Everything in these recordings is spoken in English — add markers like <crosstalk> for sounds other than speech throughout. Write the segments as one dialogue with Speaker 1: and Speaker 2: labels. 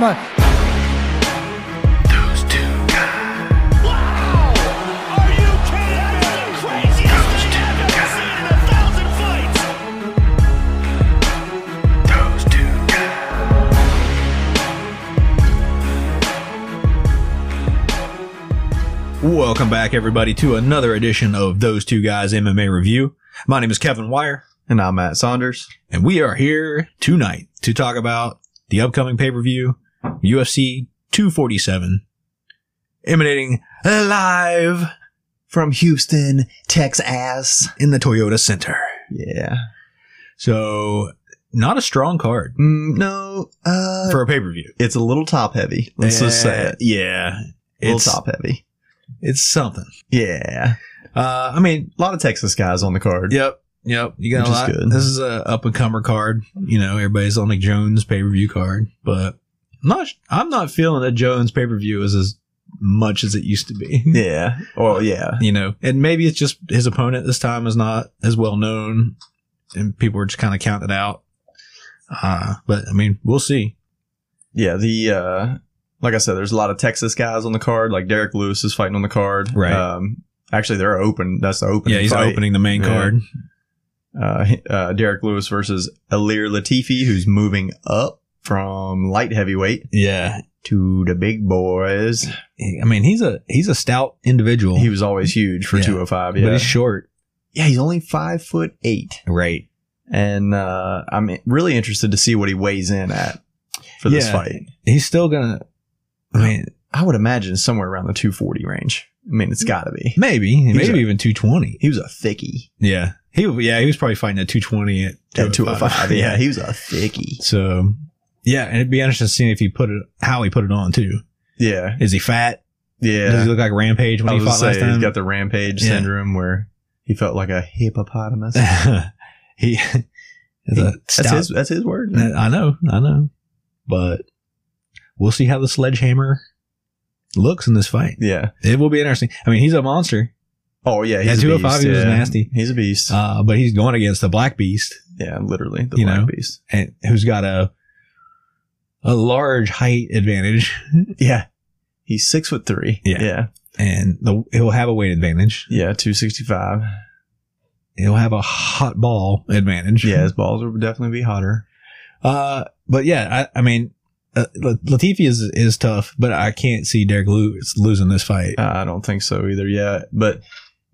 Speaker 1: much.
Speaker 2: Those two guys.
Speaker 3: Wow! Are you kidding me? The craziest thing I've ever seen in a thousand fights.
Speaker 2: Those two guys.
Speaker 4: Welcome back, everybody, to another edition of Those Two Guys MMA Review. My name is Kevin Wire,
Speaker 5: And I'm Matt Saunders.
Speaker 4: and we are here tonight to talk about the upcoming pay per view, UFC 247, emanating live
Speaker 5: From Houston, Texas.
Speaker 4: in the Toyota Center.
Speaker 5: Yeah.
Speaker 4: So, not a strong card
Speaker 5: Mm, no, uh,
Speaker 4: for a pay per view.
Speaker 5: it's a little top heavy. Let's just say it.
Speaker 4: Yeah.
Speaker 5: little
Speaker 4: It's,
Speaker 5: top heavy.
Speaker 4: it's something.
Speaker 5: Yeah.
Speaker 4: Uh, I mean,
Speaker 5: A lot of Texas guys on the card.
Speaker 4: Yep. Yep. You got
Speaker 5: Which
Speaker 4: a
Speaker 5: is
Speaker 4: lot.
Speaker 5: good.
Speaker 4: This is a up and comer card. You know, everybody's on the Jones pay per view card, but I'm not I'm not feeling that Jones pay per view is as much as it used to be.
Speaker 5: <laughs> Yeah. Well, yeah.
Speaker 4: <laughs> You know, and maybe it's just his opponent this time is not as well known, and people are just kind of counting it out. Uh, but I mean, we'll see.
Speaker 5: Yeah. The, uh, like I said, there's a lot of Texas guys on the card. Like Derek Lewis is fighting on the card.
Speaker 4: Right.
Speaker 5: Um, actually, they're open. That's the opening.
Speaker 4: yeah, he's
Speaker 5: fight.
Speaker 4: opening the main
Speaker 5: Yeah.
Speaker 4: card.
Speaker 5: Uh, he- uh, Derek Lewis versus Alir Latifi, who's moving up from light heavyweight
Speaker 4: Yeah,
Speaker 5: to the big boys.
Speaker 4: I mean, he's a he's a stout individual,
Speaker 5: He was always huge for
Speaker 4: Yeah.
Speaker 5: 205.
Speaker 4: but
Speaker 5: Yeah.
Speaker 4: he's short.
Speaker 5: yeah, he's only five foot eight.
Speaker 4: Right.
Speaker 5: And uh, I'm really interested to see what he weighs in at for this
Speaker 4: Yeah.
Speaker 5: fight.
Speaker 4: He's still gonna. I mean,
Speaker 5: I would imagine somewhere around the 240 range. I mean, it's got to be.
Speaker 4: maybe,
Speaker 5: a-
Speaker 4: maybe even two twenty.
Speaker 5: He was a thickie
Speaker 4: Yeah. He yeah, he was probably fighting at 220 at
Speaker 5: at 205. <laughs> yeah,
Speaker 4: He-
Speaker 5: he was a thickie.
Speaker 4: so yeah, and it'd be interesting to see if he put it how he put it on too.
Speaker 5: Yeah.
Speaker 4: Is he fat? Does
Speaker 5: Yeah.
Speaker 4: he look like Rampage when
Speaker 5: I
Speaker 4: he
Speaker 5: was
Speaker 4: fought
Speaker 5: going
Speaker 4: last
Speaker 5: to say, he's
Speaker 4: time?
Speaker 5: got the rampage
Speaker 4: Yeah.
Speaker 5: syndrome where he felt like a hippopotamus.
Speaker 4: <laughs> he is a
Speaker 5: that's,
Speaker 4: stout-
Speaker 5: his, that's his word.
Speaker 4: I know, I know. But we'll see how the sledgehammer looks in this fight.
Speaker 5: Yeah.
Speaker 4: It will be interesting. I mean, he's a monster,
Speaker 5: Oh, yeah.
Speaker 4: Yeah,
Speaker 5: He's a
Speaker 4: 205,
Speaker 5: beast.
Speaker 4: he was
Speaker 5: yeah.
Speaker 4: nasty.
Speaker 5: He's a beast.
Speaker 4: uh, but he's going against the Black Beast,
Speaker 5: yeah, literally. The
Speaker 4: you
Speaker 5: black
Speaker 4: know.
Speaker 5: beast.
Speaker 4: and who's got a a large height advantage.
Speaker 5: Yeah. He's six foot three.
Speaker 4: Yeah.
Speaker 5: Yeah.
Speaker 4: and the, he'll have a weight advantage.
Speaker 5: Yeah, 265.
Speaker 4: He'll have a hot ball advantage.
Speaker 5: Yeah, his balls will definitely be hotter.
Speaker 4: Uh, but yeah, I, I mean, uh, La- Latifi is is tough, but I can't see Derek Lewis losing this fight.
Speaker 5: Uh, I don't think so either yet. But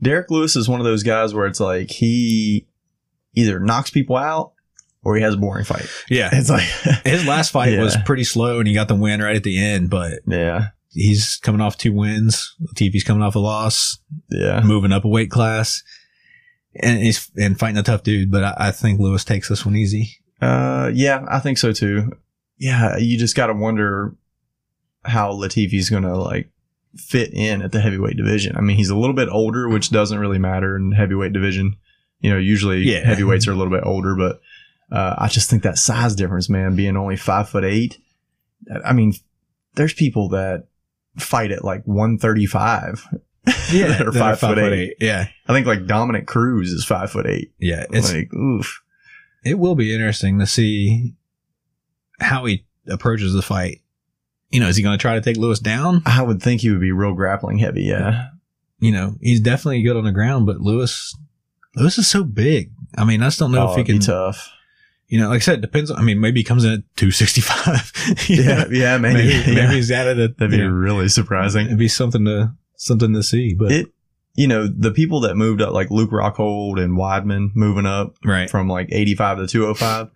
Speaker 5: Derek Lewis is one of those guys where it's like he either knocks people out or he has a boring fight.
Speaker 4: Yeah,
Speaker 5: It's like, <laughs>
Speaker 4: his last fight
Speaker 5: Yeah.
Speaker 4: was pretty slow, and he got the win right at the end. But
Speaker 5: yeah,
Speaker 4: he's coming off two wins. Latifi's coming off a loss,
Speaker 5: yeah.
Speaker 4: moving up a weight class, and he's and fighting a tough dude. But I, I think Lewis takes this one easy.
Speaker 5: Uh, yeah, I think so too. Yeah, you just got to wonder how Latifi's going to like fit in at the heavyweight division. I mean, he's a little bit older, which doesn't really matter in heavyweight division. You know, usually
Speaker 4: Yeah.
Speaker 5: heavyweights are a little bit older, but uh, I just think that size difference, man, being only five foot eight. I mean, there's people that fight at like 135. that are
Speaker 4: <laughs> They're
Speaker 5: five, foot eight.
Speaker 4: Yeah,
Speaker 5: I think like Dominic Cruz is five foot eight.
Speaker 4: yeah. It's
Speaker 5: like, oof.
Speaker 4: it will be interesting to see how he approaches the fight. You know, is he going to try to take Lewis down?
Speaker 5: I would think he would be real grappling heavy. Yeah.
Speaker 4: You know, he's definitely good on the ground, but Lewis, Lewis is so big. I mean, I still don't know if he
Speaker 5: it'd be
Speaker 4: can.
Speaker 5: tough.
Speaker 4: You know, like I said, it depends. on I mean, maybe he comes in at two sixty <laughs> five.
Speaker 5: Yeah, <laughs> yeah, maybe.
Speaker 4: maybe,
Speaker 5: yeah.
Speaker 4: maybe he's at it. At,
Speaker 5: That'd be
Speaker 4: you know,
Speaker 5: really
Speaker 4: it'd
Speaker 5: surprising.
Speaker 4: be something to something to see. But
Speaker 5: It, you know, the people that moved up, like Luke Rockhold and Weidman, moving up
Speaker 4: right,
Speaker 5: from like 85 to 205,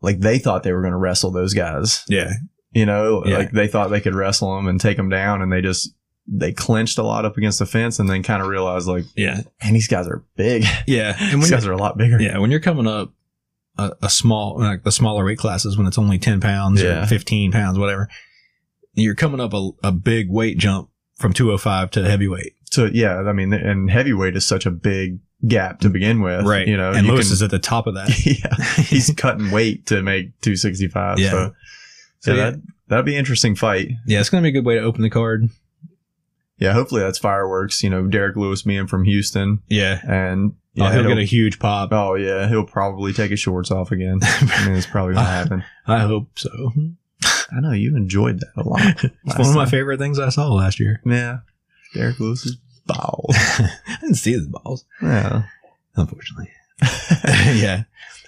Speaker 5: like they thought they were going to wrestle those guys.
Speaker 4: yeah,
Speaker 5: You know,
Speaker 4: Yeah.
Speaker 5: like they thought they could wrestle them and take them down, and they just they clinched a lot up against the fence, and then kind of realized like,
Speaker 4: yeah,
Speaker 5: man, these guys are big.
Speaker 4: yeah. And
Speaker 5: these
Speaker 4: when
Speaker 5: guys are a lot bigger.
Speaker 4: Yeah, when you're coming up a, a small, like the smaller weight classes, when it's only 10 pounds
Speaker 5: Yeah.
Speaker 4: or 15 pounds, whatever, you're coming up a, a big weight jump from 205 to heavyweight.
Speaker 5: So yeah, I mean, and heavyweight is such a big gap to begin with. You know,
Speaker 4: and
Speaker 5: you
Speaker 4: Lewis
Speaker 5: can-
Speaker 4: is at the top of <laughs> that.
Speaker 5: yeah, <laughs> he's cutting weight to make 265.
Speaker 4: Yeah.
Speaker 5: So,
Speaker 4: So,
Speaker 5: so
Speaker 4: yeah.
Speaker 5: that that'd be an interesting fight.
Speaker 4: Yeah, it's going to be a good way to open the card.
Speaker 5: Yeah, hopefully that's fireworks. You know, Derek Lewis being from Houston,
Speaker 4: Yeah.
Speaker 5: and
Speaker 4: Oh,
Speaker 5: yeah,
Speaker 4: he'll
Speaker 5: he'll-
Speaker 4: get a huge
Speaker 5: <laughs>
Speaker 4: pop. <laughs>
Speaker 5: oh
Speaker 4: <laughs>
Speaker 5: yeah, he'll probably take his shorts off again. I mean, it's probably gonna happen.
Speaker 4: I hope so.
Speaker 5: I know you enjoyed that a lot.
Speaker 4: <laughs> It's one of my favorite things I saw last year. <laughs>
Speaker 5: Yeah. Derek Lewis's balls.
Speaker 4: I didn't see his balls,
Speaker 5: Yeah.
Speaker 4: unfortunately. <laughs> yeah.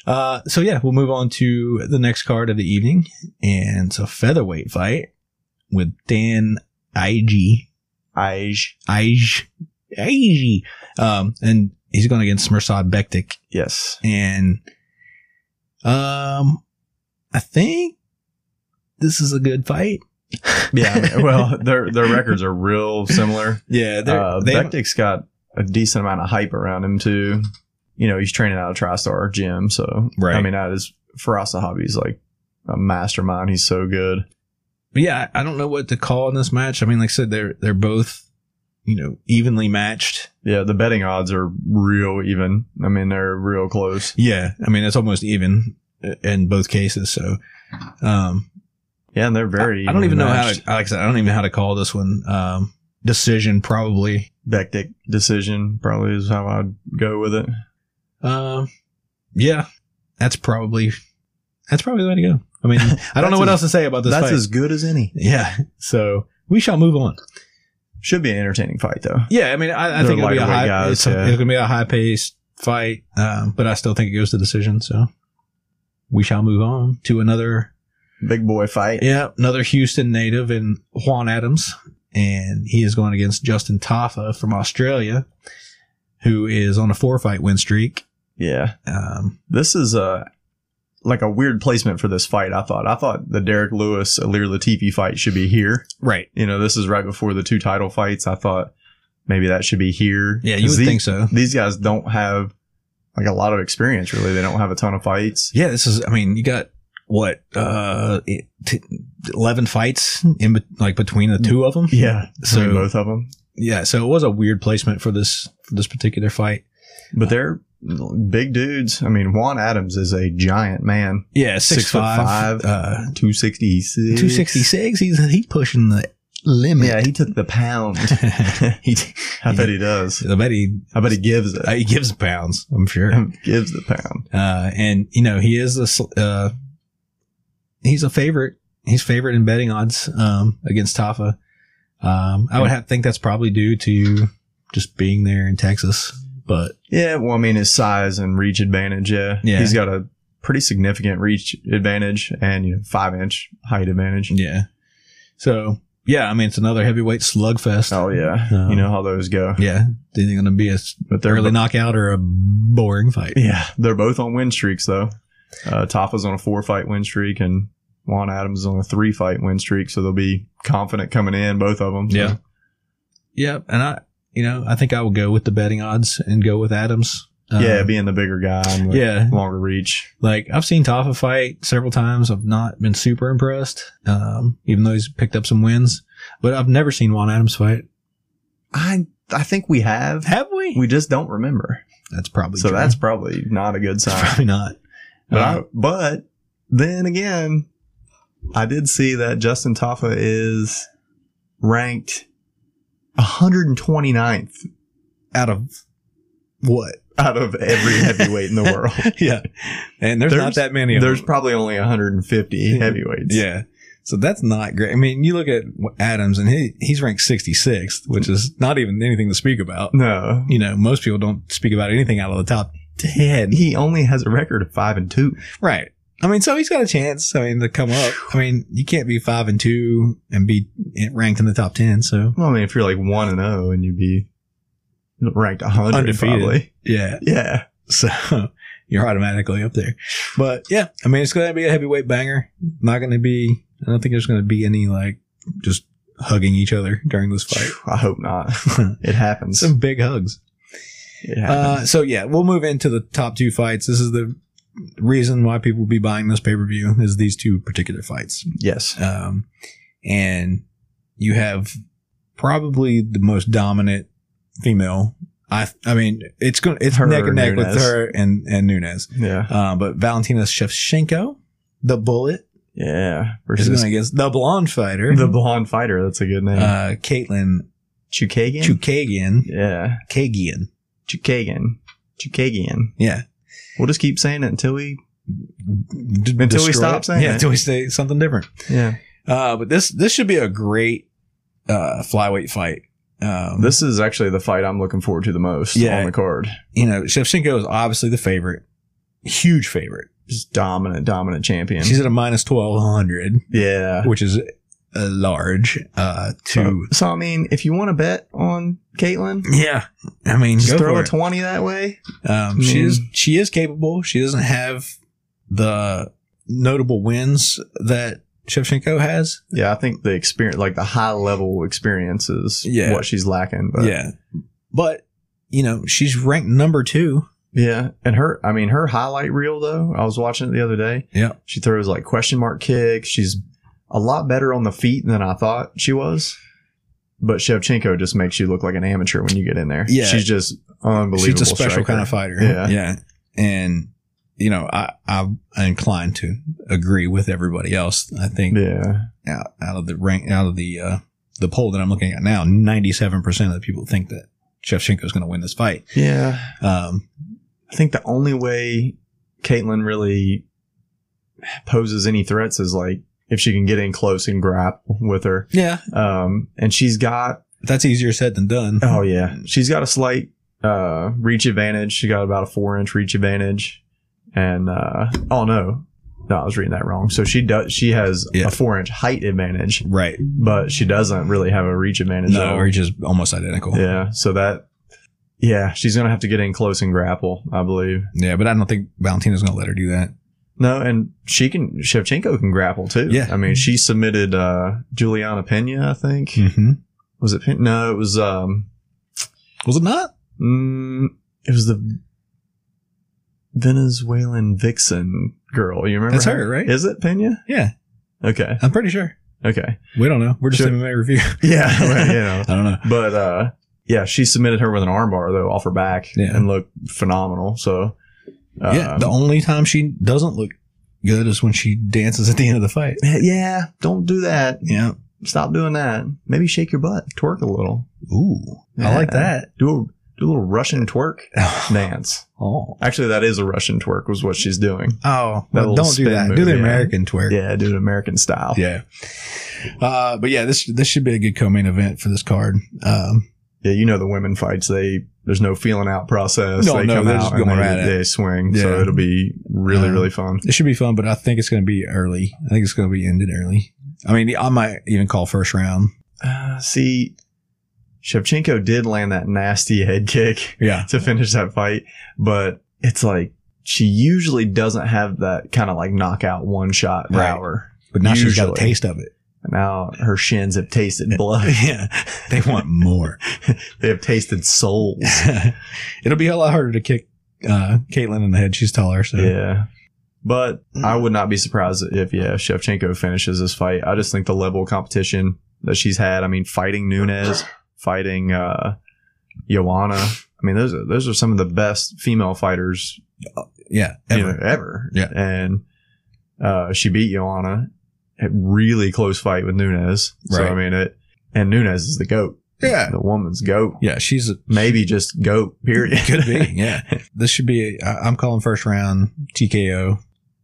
Speaker 4: Uh, so yeah, we'll move on to the next card of the evening, and it's a featherweight fight with Dan Ige,
Speaker 5: Ige.
Speaker 4: Ige, Ige, um, and he's going against Mirsad Bektik,
Speaker 5: Yes.
Speaker 4: and um, I think this is a good fight.
Speaker 5: Yeah. I mean, well, their their records are real similar.
Speaker 4: Yeah, they're,
Speaker 5: Uh,
Speaker 4: they
Speaker 5: Bektik's got a decent amount of hype around him too. You know, he's training out of TriStar gym, so
Speaker 4: Right.
Speaker 5: I mean, that is for us a hobby. He's like a mastermind. He's so good.
Speaker 4: But yeah, I I don't know what to call in this match. I mean, like I said, they're they're both, you know, evenly matched.
Speaker 5: Yeah, the betting odds are real even. I mean, they're real close.
Speaker 4: Yeah, I mean it's almost even i- in both cases. So, um,
Speaker 5: Yeah, and they're very.
Speaker 4: I, I don't even know how
Speaker 5: matched.
Speaker 4: to. Like I said, I don't even know how to call this one. Um, decision probably.
Speaker 5: Bektik decision probably is how I'd go with it.
Speaker 4: Um, yeah, that's probably that's probably the way to go. I <laughs> mean, I don't
Speaker 5: That's
Speaker 4: know what
Speaker 5: as-
Speaker 4: else to say about this.
Speaker 5: That's
Speaker 4: fight.
Speaker 5: as good as any.
Speaker 4: yeah. So we shall move on.
Speaker 5: Should be an entertaining fight though.
Speaker 4: Yeah, I mean, I, I
Speaker 5: They're
Speaker 4: think it'll be a
Speaker 5: lightweight
Speaker 4: high.
Speaker 5: guys,
Speaker 4: it's,
Speaker 5: yeah.
Speaker 4: it's gonna be a high paced fight, um, but I still think it goes to decision. So we shall move on to another.
Speaker 5: Big boy fight.
Speaker 4: Yeah, another Houston native in Juan Adams, and he is going against Justin Taffa from Australia, who is on a four fight win streak.
Speaker 5: Yeah.
Speaker 4: Um,
Speaker 5: This is a like a weird placement for this fight, I thought. I thought the Derek Lewis Alir Latifi fight should be here.
Speaker 4: right.
Speaker 5: You know, this is right before the two title fights. I thought maybe that should be here.
Speaker 4: Yeah, you would
Speaker 5: These-
Speaker 4: think so.
Speaker 5: These guys don't have like a lot of experience really. They don't have a ton of fights.
Speaker 4: Yeah, this is. I mean, you got what uh, it- t- eleven fights in be- like between the two of them.
Speaker 5: So
Speaker 4: So-
Speaker 5: both of them.
Speaker 4: yeah. So it was a weird placement for this for this particular fight.
Speaker 5: But they're big dudes. I mean, Juan Adams is a giant man.
Speaker 4: Yeah,
Speaker 5: Six
Speaker 4: six
Speaker 5: foot
Speaker 4: five,
Speaker 5: five.
Speaker 4: uh,
Speaker 5: 266.
Speaker 4: two sixty six. He's he's pushing the
Speaker 5: Yeah,
Speaker 4: limit.
Speaker 5: he took the
Speaker 4: <laughs>
Speaker 5: pound. <laughs>
Speaker 4: he,
Speaker 5: I bet he does.
Speaker 4: I bet he,
Speaker 5: I bet he gives it.
Speaker 4: Uh, he gives pounds. I'm sure. Uh,
Speaker 5: <laughs> gives the pound.
Speaker 4: and you know he is a sl- uh, he's a favorite. He's favorite in betting odds um, against Tafa. Um, I would have, think that's probably due to just being there in Texas. But
Speaker 5: Yeah, well, I mean, his size and reach advantage. Yeah,
Speaker 4: Yeah.
Speaker 5: he's got a pretty significant reach advantage and you know five inch height advantage.
Speaker 4: yeah, so yeah, I mean it's another heavyweight slugfest.
Speaker 5: Oh yeah,
Speaker 4: Um,
Speaker 5: you know how those go.
Speaker 4: Yeah, do you think it's gonna be a s-
Speaker 5: But they're
Speaker 4: early knockout or a boring fight?
Speaker 5: yeah, they're both on win streaks though. Uh, Tafa's on a four fight win streak and Juan Adams is on a three fight win streak, so they'll be confident coming in both of them.
Speaker 4: Yeah. Yep. And I, you know, I think I will go with the betting odds and go with Adams. Um,
Speaker 5: yeah, being the bigger guy, and the
Speaker 4: yeah.
Speaker 5: longer reach.
Speaker 4: Like I've seen Toffa fight several times. I've not been super impressed, um, even though he's picked up some wins. But I've never seen Juan Adams fight.
Speaker 5: I I think we have.
Speaker 4: Have we?
Speaker 5: We just don't remember.
Speaker 4: that's probably
Speaker 5: So
Speaker 4: true. <laughs>
Speaker 5: that's probably not a good <laughs>
Speaker 4: It's
Speaker 5: sign.
Speaker 4: probably not.
Speaker 5: But,
Speaker 4: Uh,
Speaker 5: I, but then again, I did see that Justin Taffa is ranked 129th
Speaker 4: out of what? <laughs>
Speaker 5: out of every heavyweight in the world.
Speaker 4: yeah. And there's, not
Speaker 5: There's-
Speaker 4: that many. Of
Speaker 5: There's
Speaker 4: them.
Speaker 5: probably only 150 heavyweights.
Speaker 4: yeah. So that's not great. I mean, you look at Adams and he he's ranked 66th, which is not even anything to speak about.
Speaker 5: No.
Speaker 4: you know, most people don't speak about anything out of the top 10.
Speaker 5: He only has a record of 5 and 2.
Speaker 4: Right. I mean, so he's got a chance, I mean, to come up. I mean, you can't be five and two and be ranked in the top 10. So
Speaker 5: Well, I mean, if you're like 1 and 0 and you'd be ranked 100
Speaker 4: Undefeated.
Speaker 5: probably.
Speaker 4: yeah.
Speaker 5: Yeah.
Speaker 4: <laughs> So you're automatically up there. But yeah, I mean, it's going to be a heavyweight banger. Not going to be, I don't think there's going to be any like just hugging each other during this fight.
Speaker 5: <laughs> I hope not. it happens.
Speaker 4: <laughs> Some big hugs.
Speaker 5: It happens.
Speaker 4: Uh, so yeah, we'll move into the top two fights. This is the reason why people will be buying this pay per view is these two particular fights.
Speaker 5: yes.
Speaker 4: Um, and you have probably the most dominant female. I I mean, it's going to it's
Speaker 5: Her
Speaker 4: neck
Speaker 5: or
Speaker 4: and neck with
Speaker 5: Nunes.
Speaker 4: her and and Nunez.
Speaker 5: Yeah.
Speaker 4: Uh, but Valentina Shevchenko, the Bullet,
Speaker 5: Yeah.
Speaker 4: is
Speaker 5: Versus
Speaker 4: going against the blonde fighter,
Speaker 5: The blonde fighter. That's a good name.
Speaker 4: uh, Caitlin
Speaker 5: Chukagian.
Speaker 4: Chukagian.
Speaker 5: yeah,
Speaker 4: Kagian.
Speaker 5: Chukagian. Chukagian.
Speaker 4: Yeah.
Speaker 5: We'll just keep saying it until we.
Speaker 4: D-
Speaker 5: Until we
Speaker 4: destroy
Speaker 5: stop
Speaker 4: it.
Speaker 5: saying
Speaker 4: Yeah,
Speaker 5: it.
Speaker 4: until we say something different.
Speaker 5: Yeah.
Speaker 4: Uh, but this this should be a great uh, flyweight fight. Um,
Speaker 5: This is actually the fight I'm looking forward to the most
Speaker 4: Yeah.
Speaker 5: on the card.
Speaker 4: you know Shevchenko is obviously the favorite, huge favorite.
Speaker 5: Just dominant, dominant champion.
Speaker 4: She's at a minus twelve hundred,
Speaker 5: yeah.
Speaker 4: which is a large uh, to.
Speaker 5: So, so, I mean, if you want to bet on Caitlin,
Speaker 4: Yeah, I mean,
Speaker 5: just
Speaker 4: go
Speaker 5: throw
Speaker 4: for
Speaker 5: a
Speaker 4: it.
Speaker 5: twenty that way.
Speaker 4: Um, she
Speaker 5: Mm.
Speaker 4: is she is capable. She doesn't have the notable wins that Shevchenko has.
Speaker 5: Yeah, I think the experience, like the high level experience, is
Speaker 4: Yeah.
Speaker 5: what she's lacking. But
Speaker 4: yeah, but you know she's ranked number two.
Speaker 5: Yeah, and her, I mean, her highlight reel though. I was watching it the other day.
Speaker 4: Yeah.
Speaker 5: she throws like question mark kicks. She's a lot better on the feet than I thought she was. But Shevchenko just makes you look like an amateur when you get in there.
Speaker 4: Yeah.
Speaker 5: she's just unbelievable.
Speaker 4: She's a special
Speaker 5: striker.
Speaker 4: kind of fighter.
Speaker 5: Yeah.
Speaker 4: yeah, and you know I I'm inclined to agree with everybody else. I think
Speaker 5: Yeah,
Speaker 4: out, out of the rank out of the uh, the poll that I'm looking at now, 97 percent of the people think that Shevchenko is going to win this fight.
Speaker 5: yeah.
Speaker 4: Um,
Speaker 5: I think the only way Caitlyn really poses any threats is like if she can get in close and grapple with her.
Speaker 4: yeah,
Speaker 5: Um, and she's got
Speaker 4: that's easier said than done.
Speaker 5: Oh yeah, she's got a slight uh, reach advantage. She got about a four inch reach advantage, and uh, oh no, no, I was reading that wrong. So she does. She has
Speaker 4: Yeah.
Speaker 5: a four inch height advantage,
Speaker 4: right.
Speaker 5: but she doesn't really have a reach advantage. at
Speaker 4: No,
Speaker 5: all.
Speaker 4: or just almost identical.
Speaker 5: uh, yeah. So that, yeah, she's gonna have to get in close and grapple, I believe.
Speaker 4: Yeah, but I don't think Valentina's going to let her do that.
Speaker 5: No, and she can Shevchenko can grapple too.
Speaker 4: Yeah.
Speaker 5: I mean she submitted uh, Juliana Pena, I think.
Speaker 4: Mm-hmm.
Speaker 5: Was it Pena? No, it was um,
Speaker 4: Was it not?
Speaker 5: Mm, it was the Venezuelan vixen girl. You remember?
Speaker 4: That's her, right?
Speaker 5: Is it Pena?
Speaker 4: Yeah,
Speaker 5: Okay.
Speaker 4: I'm pretty sure. <laughs>
Speaker 5: Okay.
Speaker 4: We don't know. We're just
Speaker 5: Sure.
Speaker 4: MMA review. <laughs>
Speaker 5: Yeah. <laughs> well, you know.
Speaker 4: I don't know.
Speaker 5: But uh, yeah, she submitted her with an armbar though off her back
Speaker 4: Yeah.
Speaker 5: and looked phenomenal. So uh,
Speaker 4: yeah, the only time she doesn't look good is when she dances at the end of the fight.
Speaker 5: yeah, Don't do that.
Speaker 4: Yeah.
Speaker 5: Stop doing that. Maybe shake your butt, twerk a little.
Speaker 4: Ooh, I like <laughs> that.
Speaker 5: Do a do a little Russian twerk dance.
Speaker 4: Oh,
Speaker 5: Actually, that is a Russian twerk. Was what she's doing.
Speaker 4: oh,
Speaker 5: That
Speaker 4: well,
Speaker 5: little
Speaker 4: don't do
Speaker 5: spin
Speaker 4: that.
Speaker 5: move,
Speaker 4: do the
Speaker 5: yeah.
Speaker 4: American twerk.
Speaker 5: Yeah, do it American style.
Speaker 4: Yeah. Uh, but yeah, this this should be a good co-main event for this card. Um,
Speaker 5: yeah, you know the women fights. They there's no feeling out process.
Speaker 4: No,
Speaker 5: they
Speaker 4: no,
Speaker 5: come
Speaker 4: they're
Speaker 5: out
Speaker 4: just
Speaker 5: and
Speaker 4: going
Speaker 5: they,
Speaker 4: right at it.
Speaker 5: they swing. So
Speaker 4: Yeah.
Speaker 5: it'll be really
Speaker 4: Yeah.
Speaker 5: really fun.
Speaker 4: it should be fun, but I think it's going to be early. I think it's going to be ended early. I mean, I might even call first round.
Speaker 5: Uh, see, Shevchenko did land that nasty head kick <laughs>
Speaker 4: Yeah,
Speaker 5: to finish that fight, but it's like she usually doesn't have that kind of like knockout one shot
Speaker 4: Right.
Speaker 5: power.
Speaker 4: but now she's got a
Speaker 5: Usually.
Speaker 4: taste of it.
Speaker 5: Now her shins have tasted blood.
Speaker 4: <laughs>
Speaker 5: <laughs>
Speaker 4: yeah, they want more.
Speaker 5: they have tasted souls.
Speaker 4: <laughs> It'll be a lot harder to kick uh, Caitlin in the head. She's taller, so
Speaker 5: Yeah. But I would not be surprised if yeah, Shevchenko finishes this fight. I just think the level of competition that she's had, I mean, fighting Nunez, fighting uh Joanna. I mean, those are those are some of the best female fighters
Speaker 4: yeah,
Speaker 5: you
Speaker 4: ever.
Speaker 5: know, ever.
Speaker 4: Yeah.
Speaker 5: And uh she beat Joanna. A really close fight with Nunez. So
Speaker 4: Right.
Speaker 5: I mean it and Nunez is the goat.
Speaker 4: yeah,
Speaker 5: The woman's goat.
Speaker 4: yeah. She's a,
Speaker 5: Maybe just goat, period.
Speaker 4: could <laughs> be. Yeah, this should be. A, I, I'm calling first round TKO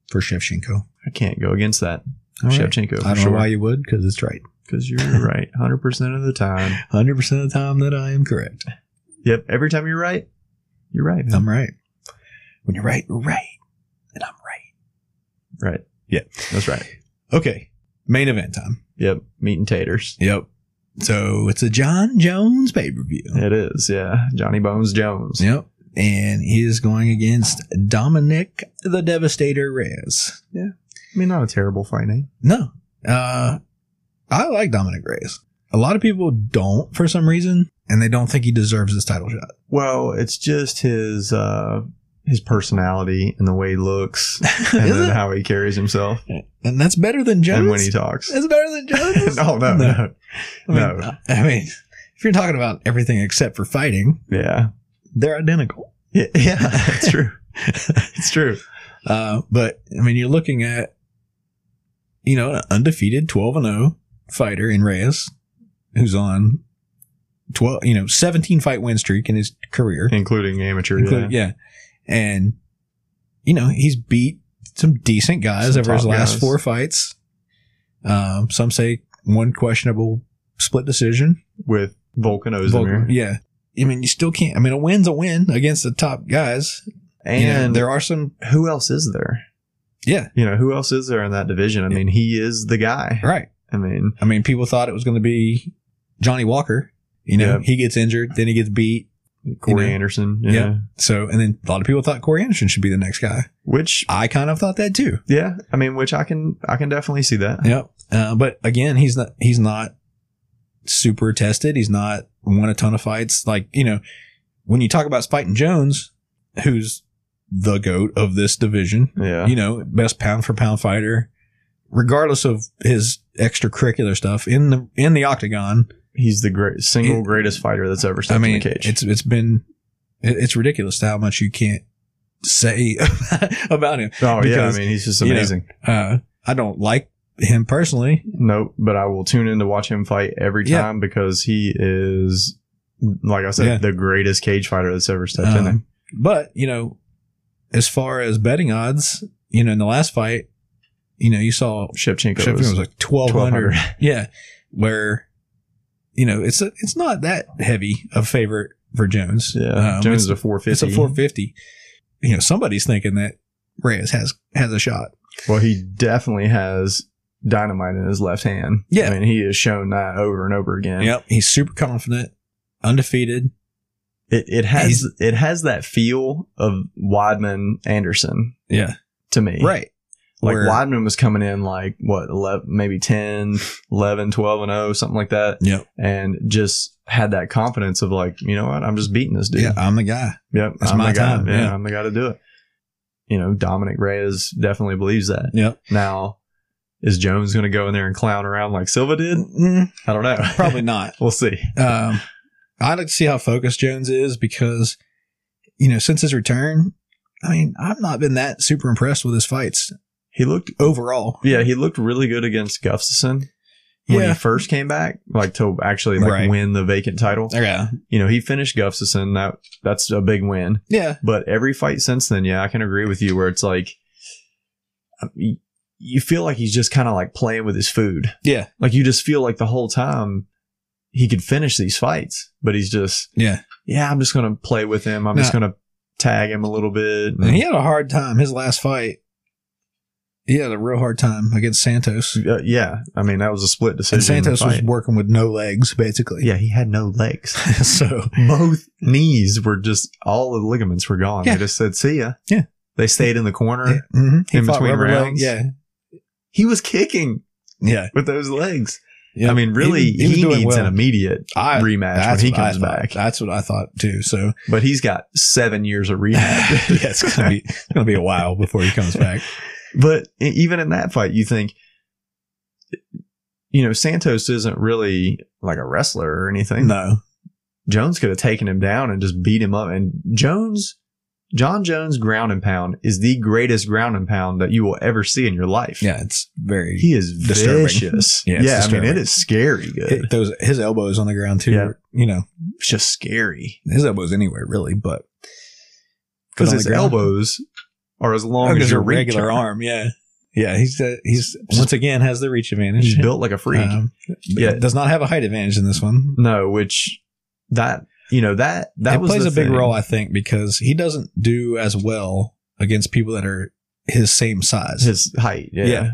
Speaker 4: for Shevchenko.
Speaker 5: <laughs> I can't go against that.
Speaker 4: All right.
Speaker 5: Shevchenko for
Speaker 4: I don't
Speaker 5: sure.
Speaker 4: know why you would, because it's right.
Speaker 5: because
Speaker 4: <laughs>
Speaker 5: you're right 100% of the time.
Speaker 4: Hundred percent of the time that I am correct.
Speaker 5: Yep, every time you're right, you're right. man.
Speaker 4: I'm right. When you're right, you're right, and I'm right.
Speaker 5: right.
Speaker 4: Yeah.
Speaker 5: that's right.
Speaker 4: Okay, main event time.
Speaker 5: Yep, meat and taters.
Speaker 4: Yep. So it's a John Jones pay per view.
Speaker 5: It is, yeah. Johnny Bones Jones.
Speaker 4: Yep. And he is going against Dominic the Devastator Reyes.
Speaker 5: I mean, not a terrible fight name.
Speaker 4: No. Uh I like Dominic Reyes. A lot of people don't for some reason, and they don't think he deserves this title shot. <laughs>
Speaker 5: Well, it's just his uh his personality and the way he looks, and
Speaker 4: <laughs> Is
Speaker 5: then
Speaker 4: it?
Speaker 5: how he carries himself,
Speaker 4: and that's better than Jones.
Speaker 5: and when he talks. <laughs>
Speaker 4: that's better than Jones.
Speaker 5: no, no,
Speaker 4: No.
Speaker 5: no,
Speaker 4: I mean, uh,
Speaker 5: no.
Speaker 4: I mean, if you're talking about everything except for fighting,
Speaker 5: Yeah, <laughs>
Speaker 4: they're identical.
Speaker 5: yeah, yeah. It's
Speaker 4: <laughs>
Speaker 5: true. it's true.
Speaker 4: Uh, but I mean, you're looking at, you know, an undefeated 12 and 0 fighter in Reyes, who's on 12, you know, 17 fight win streak in his career.
Speaker 5: Including amateur.
Speaker 4: Include-
Speaker 5: yeah.
Speaker 4: yeah. And, you know, he's beat some decent guys
Speaker 5: Some
Speaker 4: over his
Speaker 5: top
Speaker 4: last
Speaker 5: guys.
Speaker 4: four fights. Um, some say one questionable split decision.
Speaker 5: with Volkan Ozdemir.
Speaker 4: Volk- yeah. I mean, you still can't. I mean, a win's a win against the top guys.
Speaker 5: And
Speaker 4: And there are some.
Speaker 5: who else is there?
Speaker 4: Yeah.
Speaker 5: You know, who else is there in that division? I mean, he is the guy.
Speaker 4: Right.
Speaker 5: I mean,
Speaker 4: I mean, people thought it was going to be Johnny Walker. You know,
Speaker 5: Yeah.
Speaker 4: he gets injured, then he gets beat.
Speaker 5: Corey
Speaker 4: You know?
Speaker 5: Anderson.
Speaker 4: Yeah.
Speaker 5: Yeah.
Speaker 4: So, and then a lot of people thought Corey Anderson should be the next guy.
Speaker 5: Which,
Speaker 4: I kind of thought that too.
Speaker 5: yeah, I mean, which I can, I can definitely see that.
Speaker 4: Yep. Uh, but again, he's not he's not super tested. He's not won a ton of fights. Like you know, when you talk about Spike and Jones, who's the goat of this division,
Speaker 5: Yeah.
Speaker 4: you know, best pound for pound fighter, regardless of his extracurricular stuff in the in the octagon.
Speaker 5: He's the great, single
Speaker 4: It-
Speaker 5: greatest fighter that's ever stepped
Speaker 4: I mean,
Speaker 5: in the cage.
Speaker 4: it's it's been it, it's ridiculous how much you can't say <laughs> about him.
Speaker 5: oh, yeah. I
Speaker 4: because,
Speaker 5: mean, he's just
Speaker 4: you know,
Speaker 5: amazing.
Speaker 4: Uh, I don't like him personally.
Speaker 5: Nope, but I will tune in to watch him fight every
Speaker 4: Yeah.
Speaker 5: time because he is, like I said,
Speaker 4: Yeah.
Speaker 5: the greatest cage fighter that's ever stepped in there.
Speaker 4: Um, but you know, as far as betting odds, you know, in the last fight, you know, you saw
Speaker 5: Shevchenko,
Speaker 4: Sheffield
Speaker 5: was,
Speaker 4: was like twelve
Speaker 5: 1200.
Speaker 4: hundred. <laughs> Yeah, where you know it's a, it's not that heavy a favorite for Jones.
Speaker 5: yeah,
Speaker 4: Um,
Speaker 5: Jones is
Speaker 4: it's,
Speaker 5: a four
Speaker 4: it's
Speaker 5: fifty.
Speaker 4: a four fifty. You know, somebody's thinking that Reyes has has a shot.
Speaker 5: Well, he definitely has dynamite in his left hand.
Speaker 4: Yeah.
Speaker 5: I mean, he has shown that over and over again.
Speaker 4: Yep, he's super confident, undefeated.
Speaker 5: It it has
Speaker 4: He's-
Speaker 5: it has that feel of Weidman Anderson
Speaker 4: Yeah,
Speaker 5: to me.
Speaker 4: right.
Speaker 5: Like
Speaker 4: Where-
Speaker 5: Weidman was coming in like what 11, maybe 10, 11, 12 and 0, something like that,
Speaker 4: Yep.
Speaker 5: and just had that confidence of like, you know what, I'm just beating this dude.
Speaker 4: Yeah, I'm the guy.
Speaker 5: Yep,
Speaker 4: That's
Speaker 5: I'm
Speaker 4: my
Speaker 5: the guy.
Speaker 4: time,
Speaker 5: Yeah,
Speaker 4: yeah.
Speaker 5: I'm the guy to do it. You know, Dominic Reyes definitely believes that.
Speaker 4: Yep.
Speaker 5: Now, is Jones going to go in there and clown around like Silva did?
Speaker 4: Mm,
Speaker 5: I don't know.
Speaker 4: <laughs> probably not.
Speaker 5: we'll see.
Speaker 4: Um, I'd like to see how focused Jones is because, you know, since his return, I mean, I've not been that super impressed with his fights
Speaker 5: He looked.
Speaker 4: overall.
Speaker 5: Yeah, he looked really good against Gustafson when
Speaker 4: Yeah.
Speaker 5: he first came back, like to actually like
Speaker 4: Right.
Speaker 5: win the vacant title.
Speaker 4: Yeah.
Speaker 5: You know, he finished Gustafson. That that's a big win.
Speaker 4: Yeah.
Speaker 5: But every fight since then, yeah, I can agree with you. Where it's like, I mean, you feel like he's just kind of like playing with his food.
Speaker 4: Yeah.
Speaker 5: Like you just feel like the whole time he could finish these fights, but he's just
Speaker 4: Yeah.
Speaker 5: yeah, I'm just gonna play with him. I'm
Speaker 4: Now-
Speaker 5: just gonna tag him a little bit.
Speaker 4: And he had a hard time his last fight. He had a real hard time against Santos.
Speaker 5: Uh, yeah, I mean that was a split decision.
Speaker 4: And Santos was
Speaker 5: fight.
Speaker 4: working with no legs, basically.
Speaker 5: yeah, he had no legs.
Speaker 4: <laughs> so,
Speaker 5: Both knees were just all the ligaments were gone.
Speaker 4: Yeah.
Speaker 5: They just said see ya.
Speaker 4: Yeah.
Speaker 5: they stayed in the corner.
Speaker 4: mhm. he
Speaker 5: In
Speaker 4: fought
Speaker 5: between
Speaker 4: rubber leg.
Speaker 5: rounds?
Speaker 4: Yeah.
Speaker 5: He was kicking
Speaker 4: Yeah.
Speaker 5: with those legs.
Speaker 4: Yeah.
Speaker 5: I mean, really,
Speaker 4: He was-
Speaker 5: he,
Speaker 4: he was doing
Speaker 5: needs an
Speaker 4: well.
Speaker 5: immediate
Speaker 4: I,
Speaker 5: rematch when
Speaker 4: that's
Speaker 5: he
Speaker 4: what I
Speaker 5: comes
Speaker 4: thought.
Speaker 5: back.
Speaker 4: That's what I thought
Speaker 5: <laughs>
Speaker 4: too. So, <laughs>
Speaker 5: But he's got seven years of
Speaker 4: yeah,
Speaker 5: rehab.
Speaker 4: it's gonna be it's gonna be a while before he comes back.
Speaker 5: <laughs> But e- even in that fight, you think, you know, Santos isn't really like a wrestler or anything.
Speaker 4: No,
Speaker 5: Jones could have taken him down and just beat him up. And Jones, John Jones ground and pound is the greatest ground and pound that you will ever see in your life.
Speaker 4: yeah, it's very
Speaker 5: He is
Speaker 4: Disturbing.
Speaker 5: vicious.
Speaker 4: <laughs> Yeah, it's
Speaker 5: yeah I mean,
Speaker 4: disturbing.
Speaker 5: it is scary good.
Speaker 4: hit those his elbows on the ground too.
Speaker 5: Yeah.
Speaker 4: You know,
Speaker 5: it's just scary
Speaker 4: his elbows anywhere really, but
Speaker 5: because
Speaker 4: on the
Speaker 5: his
Speaker 4: ground.
Speaker 5: elbows are as long
Speaker 4: long
Speaker 5: as
Speaker 4: as
Speaker 5: your
Speaker 4: Oh, a
Speaker 5: reach
Speaker 4: regular
Speaker 5: arm.
Speaker 4: arm. Yeah, yeah. He's uh, he's once again has the reach
Speaker 5: <laughs>
Speaker 4: advantage.
Speaker 5: He's built like a freak.
Speaker 4: Um,
Speaker 5: Yeah.
Speaker 4: does not have a height advantage in this one.
Speaker 5: no, which that you know that that
Speaker 4: it
Speaker 5: was
Speaker 4: plays
Speaker 5: the
Speaker 4: a big
Speaker 5: thing.
Speaker 4: role, I think, because he doesn't do as well against people that are his same size.
Speaker 5: his height. Yeah.
Speaker 4: Yeah.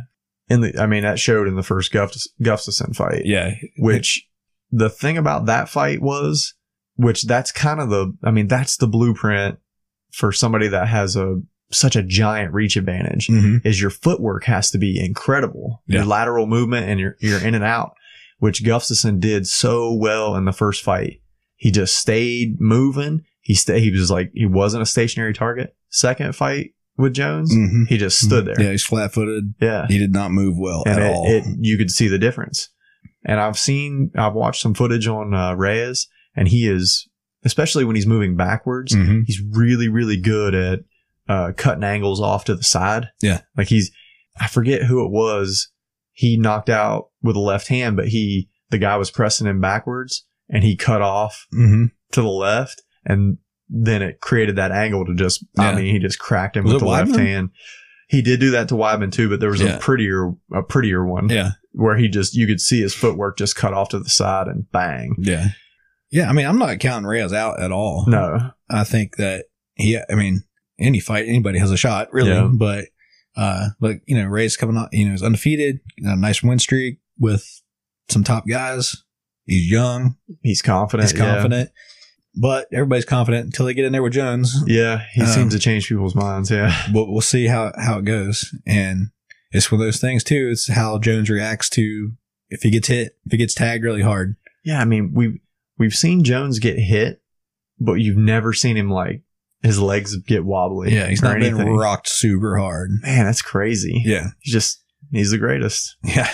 Speaker 5: And the, I mean, that showed in the first Gust- Gustafson fight,
Speaker 4: yeah,
Speaker 5: which the thing about that fight was, which that's kind of the, I mean, that's the blueprint for somebody that has a, such a giant reach advantage
Speaker 4: Mhm.
Speaker 5: is your footwork has to be incredible.
Speaker 4: Yeah.
Speaker 5: Your lateral movement and your, your in and out, which Gustafson did so well in the first fight. He just stayed moving. He stayed, he was like, he wasn't a stationary target. Second fight with Jones,
Speaker 4: Mhm.
Speaker 5: he just stood there.
Speaker 4: Yeah, he's flat footed.
Speaker 5: Yeah.
Speaker 4: He did not move well
Speaker 5: And
Speaker 4: at
Speaker 5: it,
Speaker 4: all.
Speaker 5: it, you could see the difference. And I've seen, I've watched some footage on uh, Reyes, and he is, especially when he's moving backwards,
Speaker 4: Mhm.
Speaker 5: he's really, really good at uh, cutting angles off to the side.
Speaker 4: Yeah.
Speaker 5: Like he's, I forget who it was. He knocked out with a left hand, but he, the guy was pressing him backwards and he cut off
Speaker 4: Mhm.
Speaker 5: to the left. And then it created that angle to just, I
Speaker 4: Yeah.
Speaker 5: mean, he just cracked him
Speaker 4: Was
Speaker 5: with
Speaker 4: it
Speaker 5: the left
Speaker 4: Weidman?
Speaker 5: hand. He did do that to Weidman too, but there was
Speaker 4: Yeah.
Speaker 5: a prettier, a prettier one
Speaker 4: Yeah,
Speaker 5: where he just you could see his footwork just cut off to the side and bang.
Speaker 4: Yeah. Yeah, I mean, I'm not counting Reyes out at all.
Speaker 5: No,
Speaker 4: I think that he, I mean, any fight, anybody has a shot, really.
Speaker 5: Yeah.
Speaker 4: But, uh, but you know, Reyes coming on, you know, is undefeated, got a nice win streak with some top guys. He's young,
Speaker 5: he's confident.
Speaker 4: he's confident, but everybody's confident until they get in there with Jones.
Speaker 5: Yeah, yeah he
Speaker 4: Um,
Speaker 5: seems to change people's minds. Yeah,
Speaker 4: But we'll see how how it goes, and it's one of those things too. It's how Jones reacts to if he gets hit, if he gets tagged really hard.
Speaker 5: yeah. I mean we we've seen Jones get hit, but you've never seen him like his legs get wobbly.
Speaker 4: Yeah, he's
Speaker 5: or
Speaker 4: not being
Speaker 5: anything.
Speaker 4: rocked super hard.
Speaker 5: Man, that's crazy.
Speaker 4: Yeah, <laughs>
Speaker 5: He's just he's the greatest.
Speaker 4: yeah.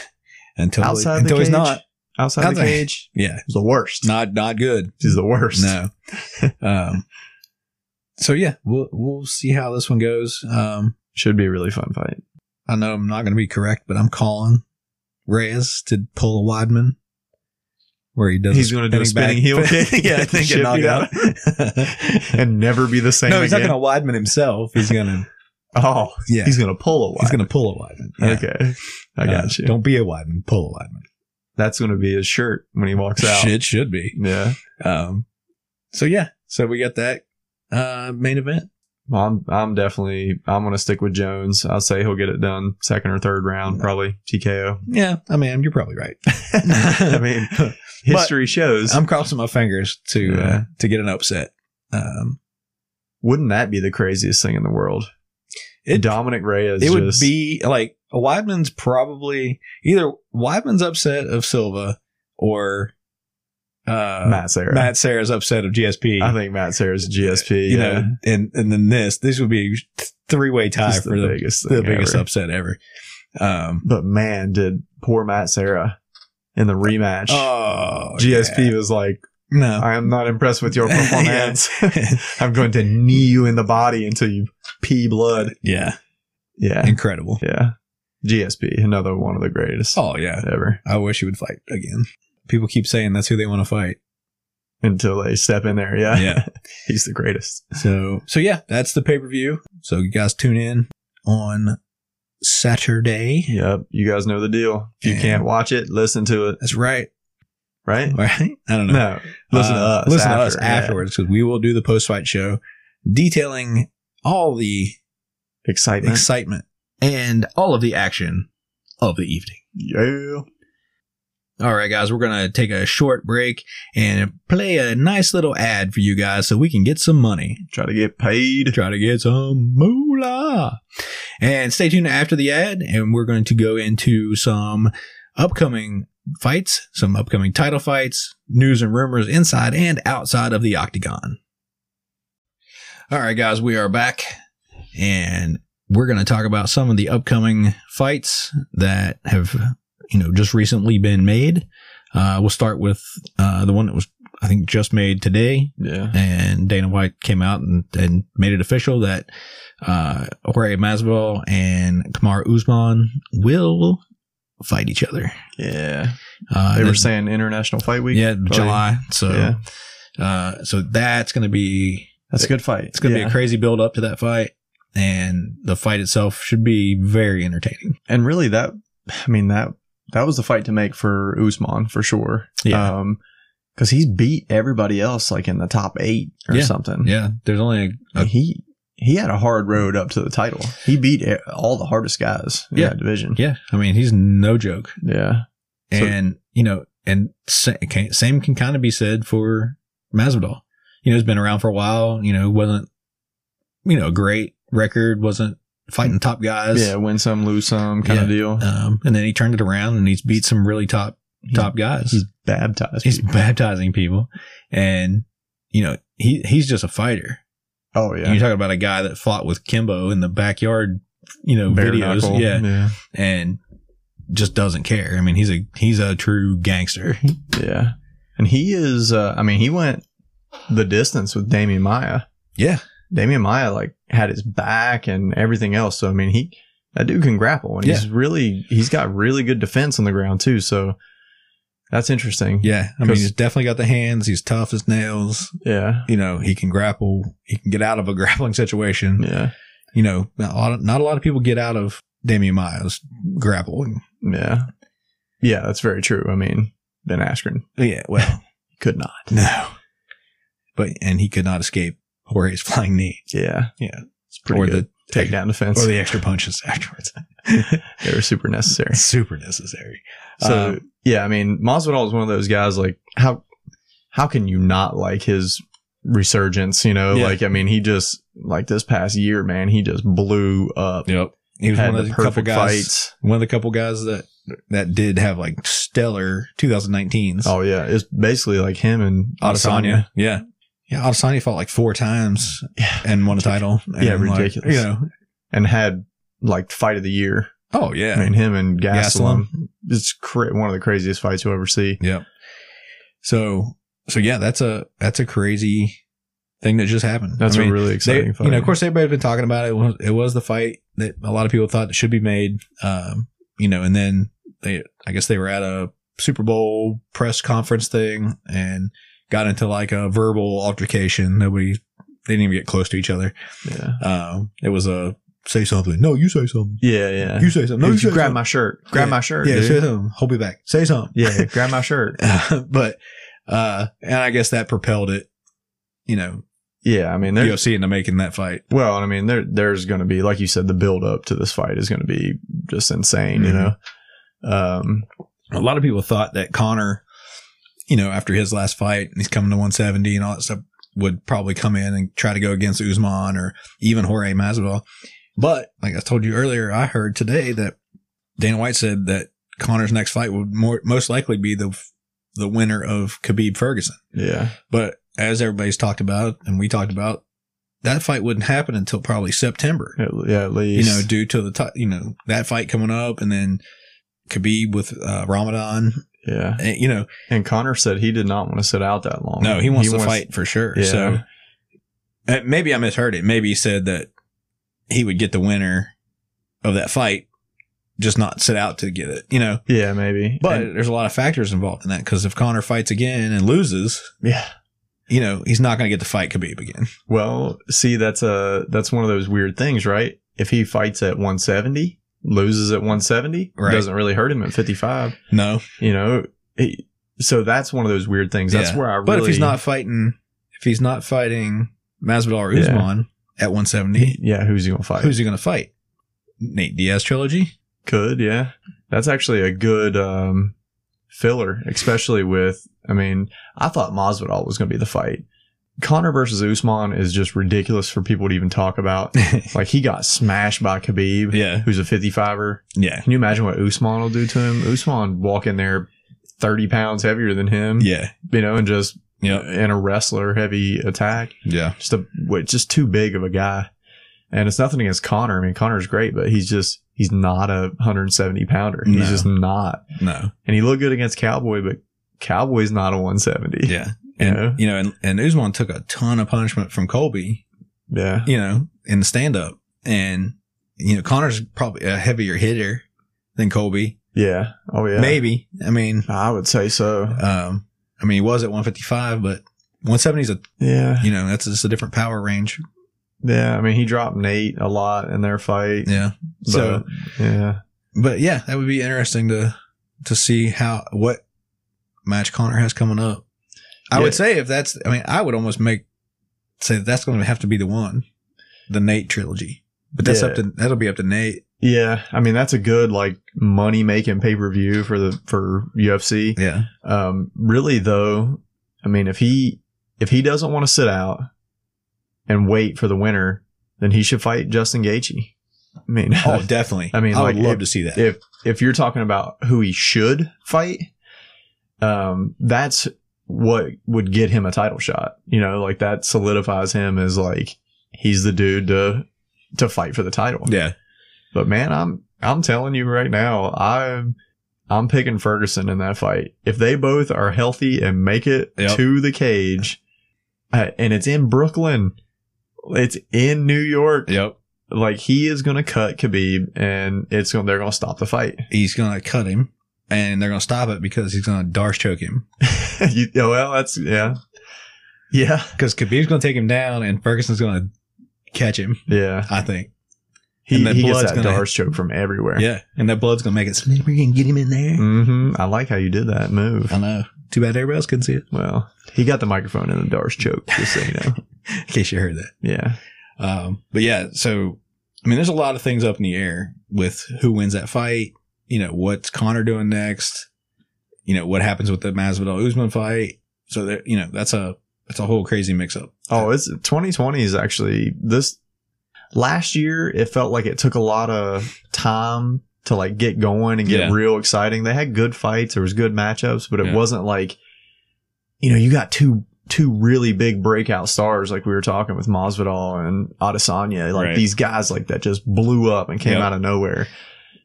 Speaker 4: Until
Speaker 5: outside the
Speaker 4: until
Speaker 5: cage,
Speaker 4: he's not.
Speaker 5: Outside,
Speaker 4: Outside-
Speaker 5: the cage,
Speaker 4: Yeah,
Speaker 5: he's the worst.
Speaker 4: not not good.
Speaker 5: he's the worst.
Speaker 4: No. <laughs> um, so yeah, we'll we'll see how this one goes. Um,
Speaker 5: Should be a really fun fight.
Speaker 4: I know I'm not going to be correct, but I'm calling Reyes to pull a Weidman, where he does.
Speaker 5: He's going to do a spinning
Speaker 4: <laughs>
Speaker 5: heel kick.
Speaker 4: yeah,
Speaker 5: <laughs>
Speaker 4: I think
Speaker 5: Shit
Speaker 4: it knocked
Speaker 5: beat
Speaker 4: out.
Speaker 5: <laughs> and never be the same.
Speaker 4: no, he's not
Speaker 5: again.
Speaker 4: going to Weidman himself. He's going to
Speaker 5: Oh,
Speaker 4: yeah.
Speaker 5: <laughs>
Speaker 4: He's,
Speaker 5: he's gonna pull a wide.
Speaker 4: going to pull a Weidman. Yeah.
Speaker 5: Okay, I got
Speaker 4: Uh,
Speaker 5: you.
Speaker 4: Don't be a Weidman. Pull a Weidman.
Speaker 5: That's gonna be his shirt when he walks out.
Speaker 4: <laughs> Shit should be.
Speaker 5: Yeah.
Speaker 4: Um, so yeah, so we got that uh, main event.
Speaker 5: Well, I'm I'm definitely I'm gonna stick with Jones. I'll say he'll get it done second or third round, probably TKO.
Speaker 4: Yeah, I mean, you're probably right. <laughs>
Speaker 5: I mean, <laughs> history shows.
Speaker 4: I'm crossing my fingers to uh,
Speaker 5: Yeah.
Speaker 4: to get an upset. Um,
Speaker 5: wouldn't that be the craziest thing in the world?
Speaker 4: It-
Speaker 5: Dominic Reyes.
Speaker 4: it would
Speaker 5: just-
Speaker 4: be like a Weidman's probably either Weidman's upset of Silva or uh, Matt,
Speaker 5: Matt Sarah.
Speaker 4: Sarah's upset of GSP.
Speaker 5: I think Matt Sarah's GSP.
Speaker 4: you
Speaker 5: yeah.
Speaker 4: know, and and then this this would be a three way tie
Speaker 5: Just
Speaker 4: for the,
Speaker 5: biggest
Speaker 4: the
Speaker 5: thing
Speaker 4: biggest
Speaker 5: ever.
Speaker 4: upset ever. Um,
Speaker 5: But man, did poor Matt Sarah in the rematch.
Speaker 4: oh,
Speaker 5: GSP
Speaker 4: yeah.
Speaker 5: was like,
Speaker 4: no.
Speaker 5: I am not impressed with your
Speaker 4: <laughs>
Speaker 5: performance. <laughs> I'm going to knee you in the body until you pee blood.
Speaker 4: yeah,
Speaker 5: Yeah.
Speaker 4: incredible.
Speaker 5: Yeah. GSP, another one of the greatest
Speaker 4: Oh yeah,
Speaker 5: ever.
Speaker 4: I wish he would fight again. People keep saying that's who they want to fight.
Speaker 5: <laughs> Until they step in there. Yeah.
Speaker 4: Yeah.
Speaker 5: He's the greatest.
Speaker 4: So so yeah, that's the pay per view. So you guys tune in on Saturday.
Speaker 5: Yep. You guys know the deal. If you
Speaker 4: Yeah.
Speaker 5: can't watch it, listen to it,
Speaker 4: That's right. <laughs>
Speaker 5: right?
Speaker 4: Right? I don't know.
Speaker 5: No. Listen to
Speaker 4: Uh,
Speaker 5: us.
Speaker 4: Listen
Speaker 5: after.
Speaker 4: to us afterwards because we will do the post fight show detailing all the
Speaker 5: Yeah. Excitement.
Speaker 4: excitement and all of the action of the evening.
Speaker 5: yeah.
Speaker 4: All right, guys, we're going to take a short break and play a nice little ad for you guys so we can get some money.
Speaker 5: Try to get paid.
Speaker 4: Try to get some moolah. And stay tuned after the ad, and we're going to go into some upcoming fights, some upcoming title fights, news and rumors inside and outside of the octagon. All right, guys, we are back, and we're going to talk about some of the upcoming fights that have, you know, just recently been made. Uh, we'll start with uh, the one that was, I think, just made today,
Speaker 5: Yeah.
Speaker 4: and Dana White came out and, and made it official that uh, Jorge Masvidal and Kamara Usman will fight each other.
Speaker 5: Yeah.
Speaker 4: Uh,
Speaker 5: They were
Speaker 4: that's-
Speaker 5: saying International Fight Week.
Speaker 4: yeah, July. So,
Speaker 5: Yeah.
Speaker 4: uh, so that's going to be
Speaker 5: That's a good fight.
Speaker 4: it's going to
Speaker 5: Yeah.
Speaker 4: be a crazy build up to that fight, and the fight itself should be very entertaining.
Speaker 5: and really that I mean that that was the fight to make for Usman for sure.
Speaker 4: Yeah.
Speaker 5: Um cuz he's beat everybody else like in the top 8 or
Speaker 4: Yeah.
Speaker 5: something.
Speaker 4: Yeah, there's only a,
Speaker 5: And He he had a hard road up to the title. He beat e- all the hardest guys in
Speaker 4: Yeah.
Speaker 5: that division.
Speaker 4: yeah. I mean, he's no joke,
Speaker 5: Yeah. So-
Speaker 4: and you know, and sa- can- same can kind of be said for Masvidal. You know, he's been around for a while. You know, wasn't you know a great record, wasn't fighting top guys.
Speaker 5: Yeah, win some, lose some kind of
Speaker 4: Yeah.
Speaker 5: deal.
Speaker 4: Um, and then he turned it around and he's beat some really top top guys.
Speaker 5: He's baptized.
Speaker 4: he's baptizing people, and you know he he's just a fighter.
Speaker 5: oh yeah.
Speaker 4: You're talking about a guy that fought with Kimbo in the backyard, you know,
Speaker 5: Bare
Speaker 4: videos,
Speaker 5: knuckle.
Speaker 4: yeah,
Speaker 5: Yeah.
Speaker 4: and just doesn't care. I mean, he's a he's a true
Speaker 5: <laughs>
Speaker 4: gangster.
Speaker 5: Yeah. And he is uh, I mean he went the distance with Damian Maya.
Speaker 4: Yeah,
Speaker 5: Damian Maya like had his back and everything else. So I mean, he that dude can grapple, and he's really he's got really good defense on the ground too. So that's interesting.
Speaker 4: yeah. I mean,
Speaker 5: 'Cause-
Speaker 4: he's definitely got the hands. He's tough as nails.
Speaker 5: yeah,
Speaker 4: You know, he can grapple. He can get out of a <laughs> grappling situation.
Speaker 5: yeah,
Speaker 4: You know, not a lot of, not a lot of people get out of Damian Maya's grappling.
Speaker 5: yeah. Yeah, that's very true. I mean, Ben Askren
Speaker 4: Yeah, well,
Speaker 5: could not.
Speaker 4: <laughs> no. But and he could not escape Jorge's flying knee
Speaker 5: Yeah,
Speaker 4: Yeah.
Speaker 5: it's pretty
Speaker 4: or
Speaker 5: good.
Speaker 4: the
Speaker 5: Takedown defense.
Speaker 4: or the extra punches <laughs>
Speaker 5: <laughs>
Speaker 4: afterwards.
Speaker 5: they were super
Speaker 4: <laughs>
Speaker 5: necessary.
Speaker 4: Super necessary.
Speaker 5: So
Speaker 4: Um,
Speaker 5: yeah, I mean, Masvidal is one of those guys. Like how how can you not like his resurgence? You know,
Speaker 4: Yeah.
Speaker 5: like I mean, he just like this past year, man, he just blew up.
Speaker 4: Yep. He was
Speaker 5: had
Speaker 4: one of
Speaker 5: the
Speaker 4: the couple
Speaker 5: perfect
Speaker 4: guys.
Speaker 5: fights.
Speaker 4: One of the couple guys that that did have like stellar 2019s.
Speaker 5: Oh yeah, it's basically like him and
Speaker 4: Adesanya. Yeah. Yeah, Adesanya fought like four times
Speaker 5: Yeah.
Speaker 4: and won a title.
Speaker 5: Yeah,
Speaker 4: And, like,
Speaker 5: ridiculous.
Speaker 4: you know.
Speaker 5: and had like fight of the year.
Speaker 4: Oh yeah.
Speaker 5: I mean, him and Gaslam.
Speaker 4: Gastelum.
Speaker 5: It's cra- one of the craziest fights you'll ever see.
Speaker 4: Yep. So so yeah, that's a that's a crazy thing that just happened.
Speaker 5: That's
Speaker 4: I mean,
Speaker 5: a really
Speaker 4: they,
Speaker 5: exciting fight.
Speaker 4: you know, of course, everybody's been talking about it. It was, it was the fight that a lot of people thought should be made. Um, you know, and then they, I guess they were at a Super Bowl press conference thing and got into like a verbal altercation. Nobody, they didn't even get close to each other.
Speaker 5: Yeah,
Speaker 4: Um, it was a say something. No, you say something.
Speaker 5: yeah, yeah.
Speaker 4: You say something. No,
Speaker 5: Dude,
Speaker 4: you,
Speaker 5: you
Speaker 4: say
Speaker 5: grab
Speaker 4: something.
Speaker 5: my shirt. Grab
Speaker 4: Yeah.
Speaker 5: my shirt.
Speaker 4: yeah, say <laughs>
Speaker 5: dude.
Speaker 4: something. Hold me back. Say something.
Speaker 5: yeah. Grab my shirt.
Speaker 4: <laughs> but, uh, and I guess that propelled it, you know,
Speaker 5: Yeah, I mean, there's
Speaker 4: UFC into making that fight.
Speaker 5: Well, and I mean, there there's going to be, like you said, the build up to this fight is going to be just insane, you know.
Speaker 4: Mhm.
Speaker 5: Um,
Speaker 4: a lot of people thought that Connor, you know, after his last fight and he's coming to 170 and all that stuff, would probably come in and try to go against Usman or even Jorge Masvidal. But like I told you earlier, I heard today that Dana White said that Connor's next fight would more most likely be the the winner of Khabib Ferguson.
Speaker 5: yeah,
Speaker 4: But as everybody's talked about and we talked about, that fight wouldn't happen until probably September
Speaker 5: at, yeah, at
Speaker 4: you know,
Speaker 5: least
Speaker 4: due to the ti- you know that fight coming up, and then Khabib with uh, Ramadan.
Speaker 5: yeah.
Speaker 4: And, Eh, you know,
Speaker 5: And Connor said he did not want to sit out that long.
Speaker 4: no, he wants to fight for sure.
Speaker 5: Yeah.
Speaker 4: So uh, maybe I misheard it. Maybe he said that he would get the winner of that fight, just not sit out to get it. You know,
Speaker 5: Yeah, maybe.
Speaker 4: but
Speaker 5: And-
Speaker 4: there's a lot of factors involved in that because if Connor fights again and loses,
Speaker 5: yeah.
Speaker 4: you know, he's not going to get to fight Khabib again.
Speaker 5: Well, see, that's a that's one of those weird things, right? If he fights at 170, loses at 170,
Speaker 4: Right.
Speaker 5: doesn't really hurt him at 55.
Speaker 4: No,
Speaker 5: You know, he, so that's one of those weird things. That's
Speaker 4: Yeah.
Speaker 5: where I really.
Speaker 4: but if he's not fighting, if he's not fighting Masvidal or
Speaker 5: Yeah.
Speaker 4: Usman at 170,
Speaker 5: yeah, who's he gonna fight?
Speaker 4: Who's he going to fight? Nate Diaz trilogy? <laughs>
Speaker 5: Could, yeah. That's actually a good um, filler, especially with. I mean, I thought Masvidal was going to be the fight. Connor versus Usman is just ridiculous for people to even talk
Speaker 4: <laughs>
Speaker 5: about. like he got smashed by Khabib,
Speaker 4: yeah.
Speaker 5: who's a 55er.
Speaker 4: Yeah.
Speaker 5: Can you imagine what Usman will do to him? Usman walk in there 30 pounds heavier than him,
Speaker 4: Yeah.
Speaker 5: you know, and just
Speaker 4: Yeah.
Speaker 5: in a wrestler heavy attack.
Speaker 4: Yeah.
Speaker 5: Just a wait, just too big of a guy. And it's nothing against Connor. I mean, Connor's great, but he's just he's not a 170 pounder. He's
Speaker 4: No.
Speaker 5: just not.
Speaker 4: No.
Speaker 5: And he looked good against Cowboy, but Cowboy's not a 170.
Speaker 4: Yeah. And
Speaker 5: Yeah.
Speaker 4: you know, and, and Usman took a ton of punishment from Colby,
Speaker 5: Yeah.
Speaker 4: you know, in the stand up. And you know, Connor's probably a heavier hitter than Colby.
Speaker 5: Yeah. Oh yeah.
Speaker 4: Maybe. I mean,
Speaker 5: I would say so.
Speaker 4: um, I mean he was at one fifty five, but one seventy is a
Speaker 5: Yeah.
Speaker 4: you know, that's just a different power range.
Speaker 5: Yeah. I mean, he dropped Nate a lot in their fight.
Speaker 4: Yeah.
Speaker 5: but-
Speaker 4: So
Speaker 5: yeah.
Speaker 4: but yeah, that would be interesting to to see how what match Connor has coming up. I
Speaker 5: Yeah.
Speaker 4: would say if that's, I mean, I would almost make say that that's going to have to be the one, the Nate trilogy. But that's
Speaker 5: Yeah.
Speaker 4: up to that'll be up to Nate.
Speaker 5: Yeah. I mean, that's a good like money making pay per view for the for UFC.
Speaker 4: Yeah,
Speaker 5: Um, really though, I mean, if he if he doesn't want to sit out and wait for the winner, then he should fight Justin Gaethje. I mean,
Speaker 4: <laughs> oh, definitely.
Speaker 5: I mean,
Speaker 4: I would
Speaker 5: like,
Speaker 4: love
Speaker 5: if-
Speaker 4: to see that.
Speaker 5: if <laughs> if you're talking about who he should fight, um, that's what would get him a title shot. You know, like that solidifies him as like he's the dude to to fight for the title.
Speaker 4: yeah,
Speaker 5: But man, I'm I'm telling you right now, I'm I'm picking Ferguson in that fight. If they both are healthy and make it
Speaker 4: Yep.
Speaker 5: to the cage, uh, and it's in Brooklyn, it's in New York.
Speaker 4: yep.
Speaker 5: Like he is going to cut Khabib, and it's going they're going to stop the fight. <laughs>
Speaker 4: He's going to cut him, and they're going to stop it because he's going to darce choke him.
Speaker 5: you, yeah, well, that's yeah, yeah,
Speaker 4: Because Khabib's going to take him down, and Ferguson's going to catch him.
Speaker 5: yeah.
Speaker 4: I think
Speaker 5: He,
Speaker 4: And that
Speaker 5: he gets
Speaker 4: blood's
Speaker 5: that
Speaker 4: gonna-
Speaker 5: Darce choke from everywhere.
Speaker 4: Yeah, and that blood's gonna make it. So maybe we can get him in there.
Speaker 5: hmm I like how you did that move.
Speaker 4: I know. Too bad everybody else couldn't see it.
Speaker 5: Well, he got the microphone in the Darce choke, just so you
Speaker 4: <laughs>
Speaker 5: know.
Speaker 4: In case you heard that.
Speaker 5: Yeah.
Speaker 4: Um, but yeah, so I mean, there's a lot of things up in the air with who wins that fight. You know, what's Connor doing next? You know, what happens with the Masvidal Usman fight? So there, you know, that's a that's a whole crazy mix up.
Speaker 5: Oh, it's 2020 is actually this last year. It felt like it took a lot of time to like get going and get
Speaker 4: Yeah.
Speaker 5: real exciting. They had good fights. There was good matchups, but it
Speaker 4: Yeah.
Speaker 5: wasn't like, you know, you got two, two really big breakout stars. Like we were talking with Masvidal and Adesanya, like
Speaker 4: Right.
Speaker 5: these guys like that just blew up and came
Speaker 4: Yep.
Speaker 5: out of nowhere.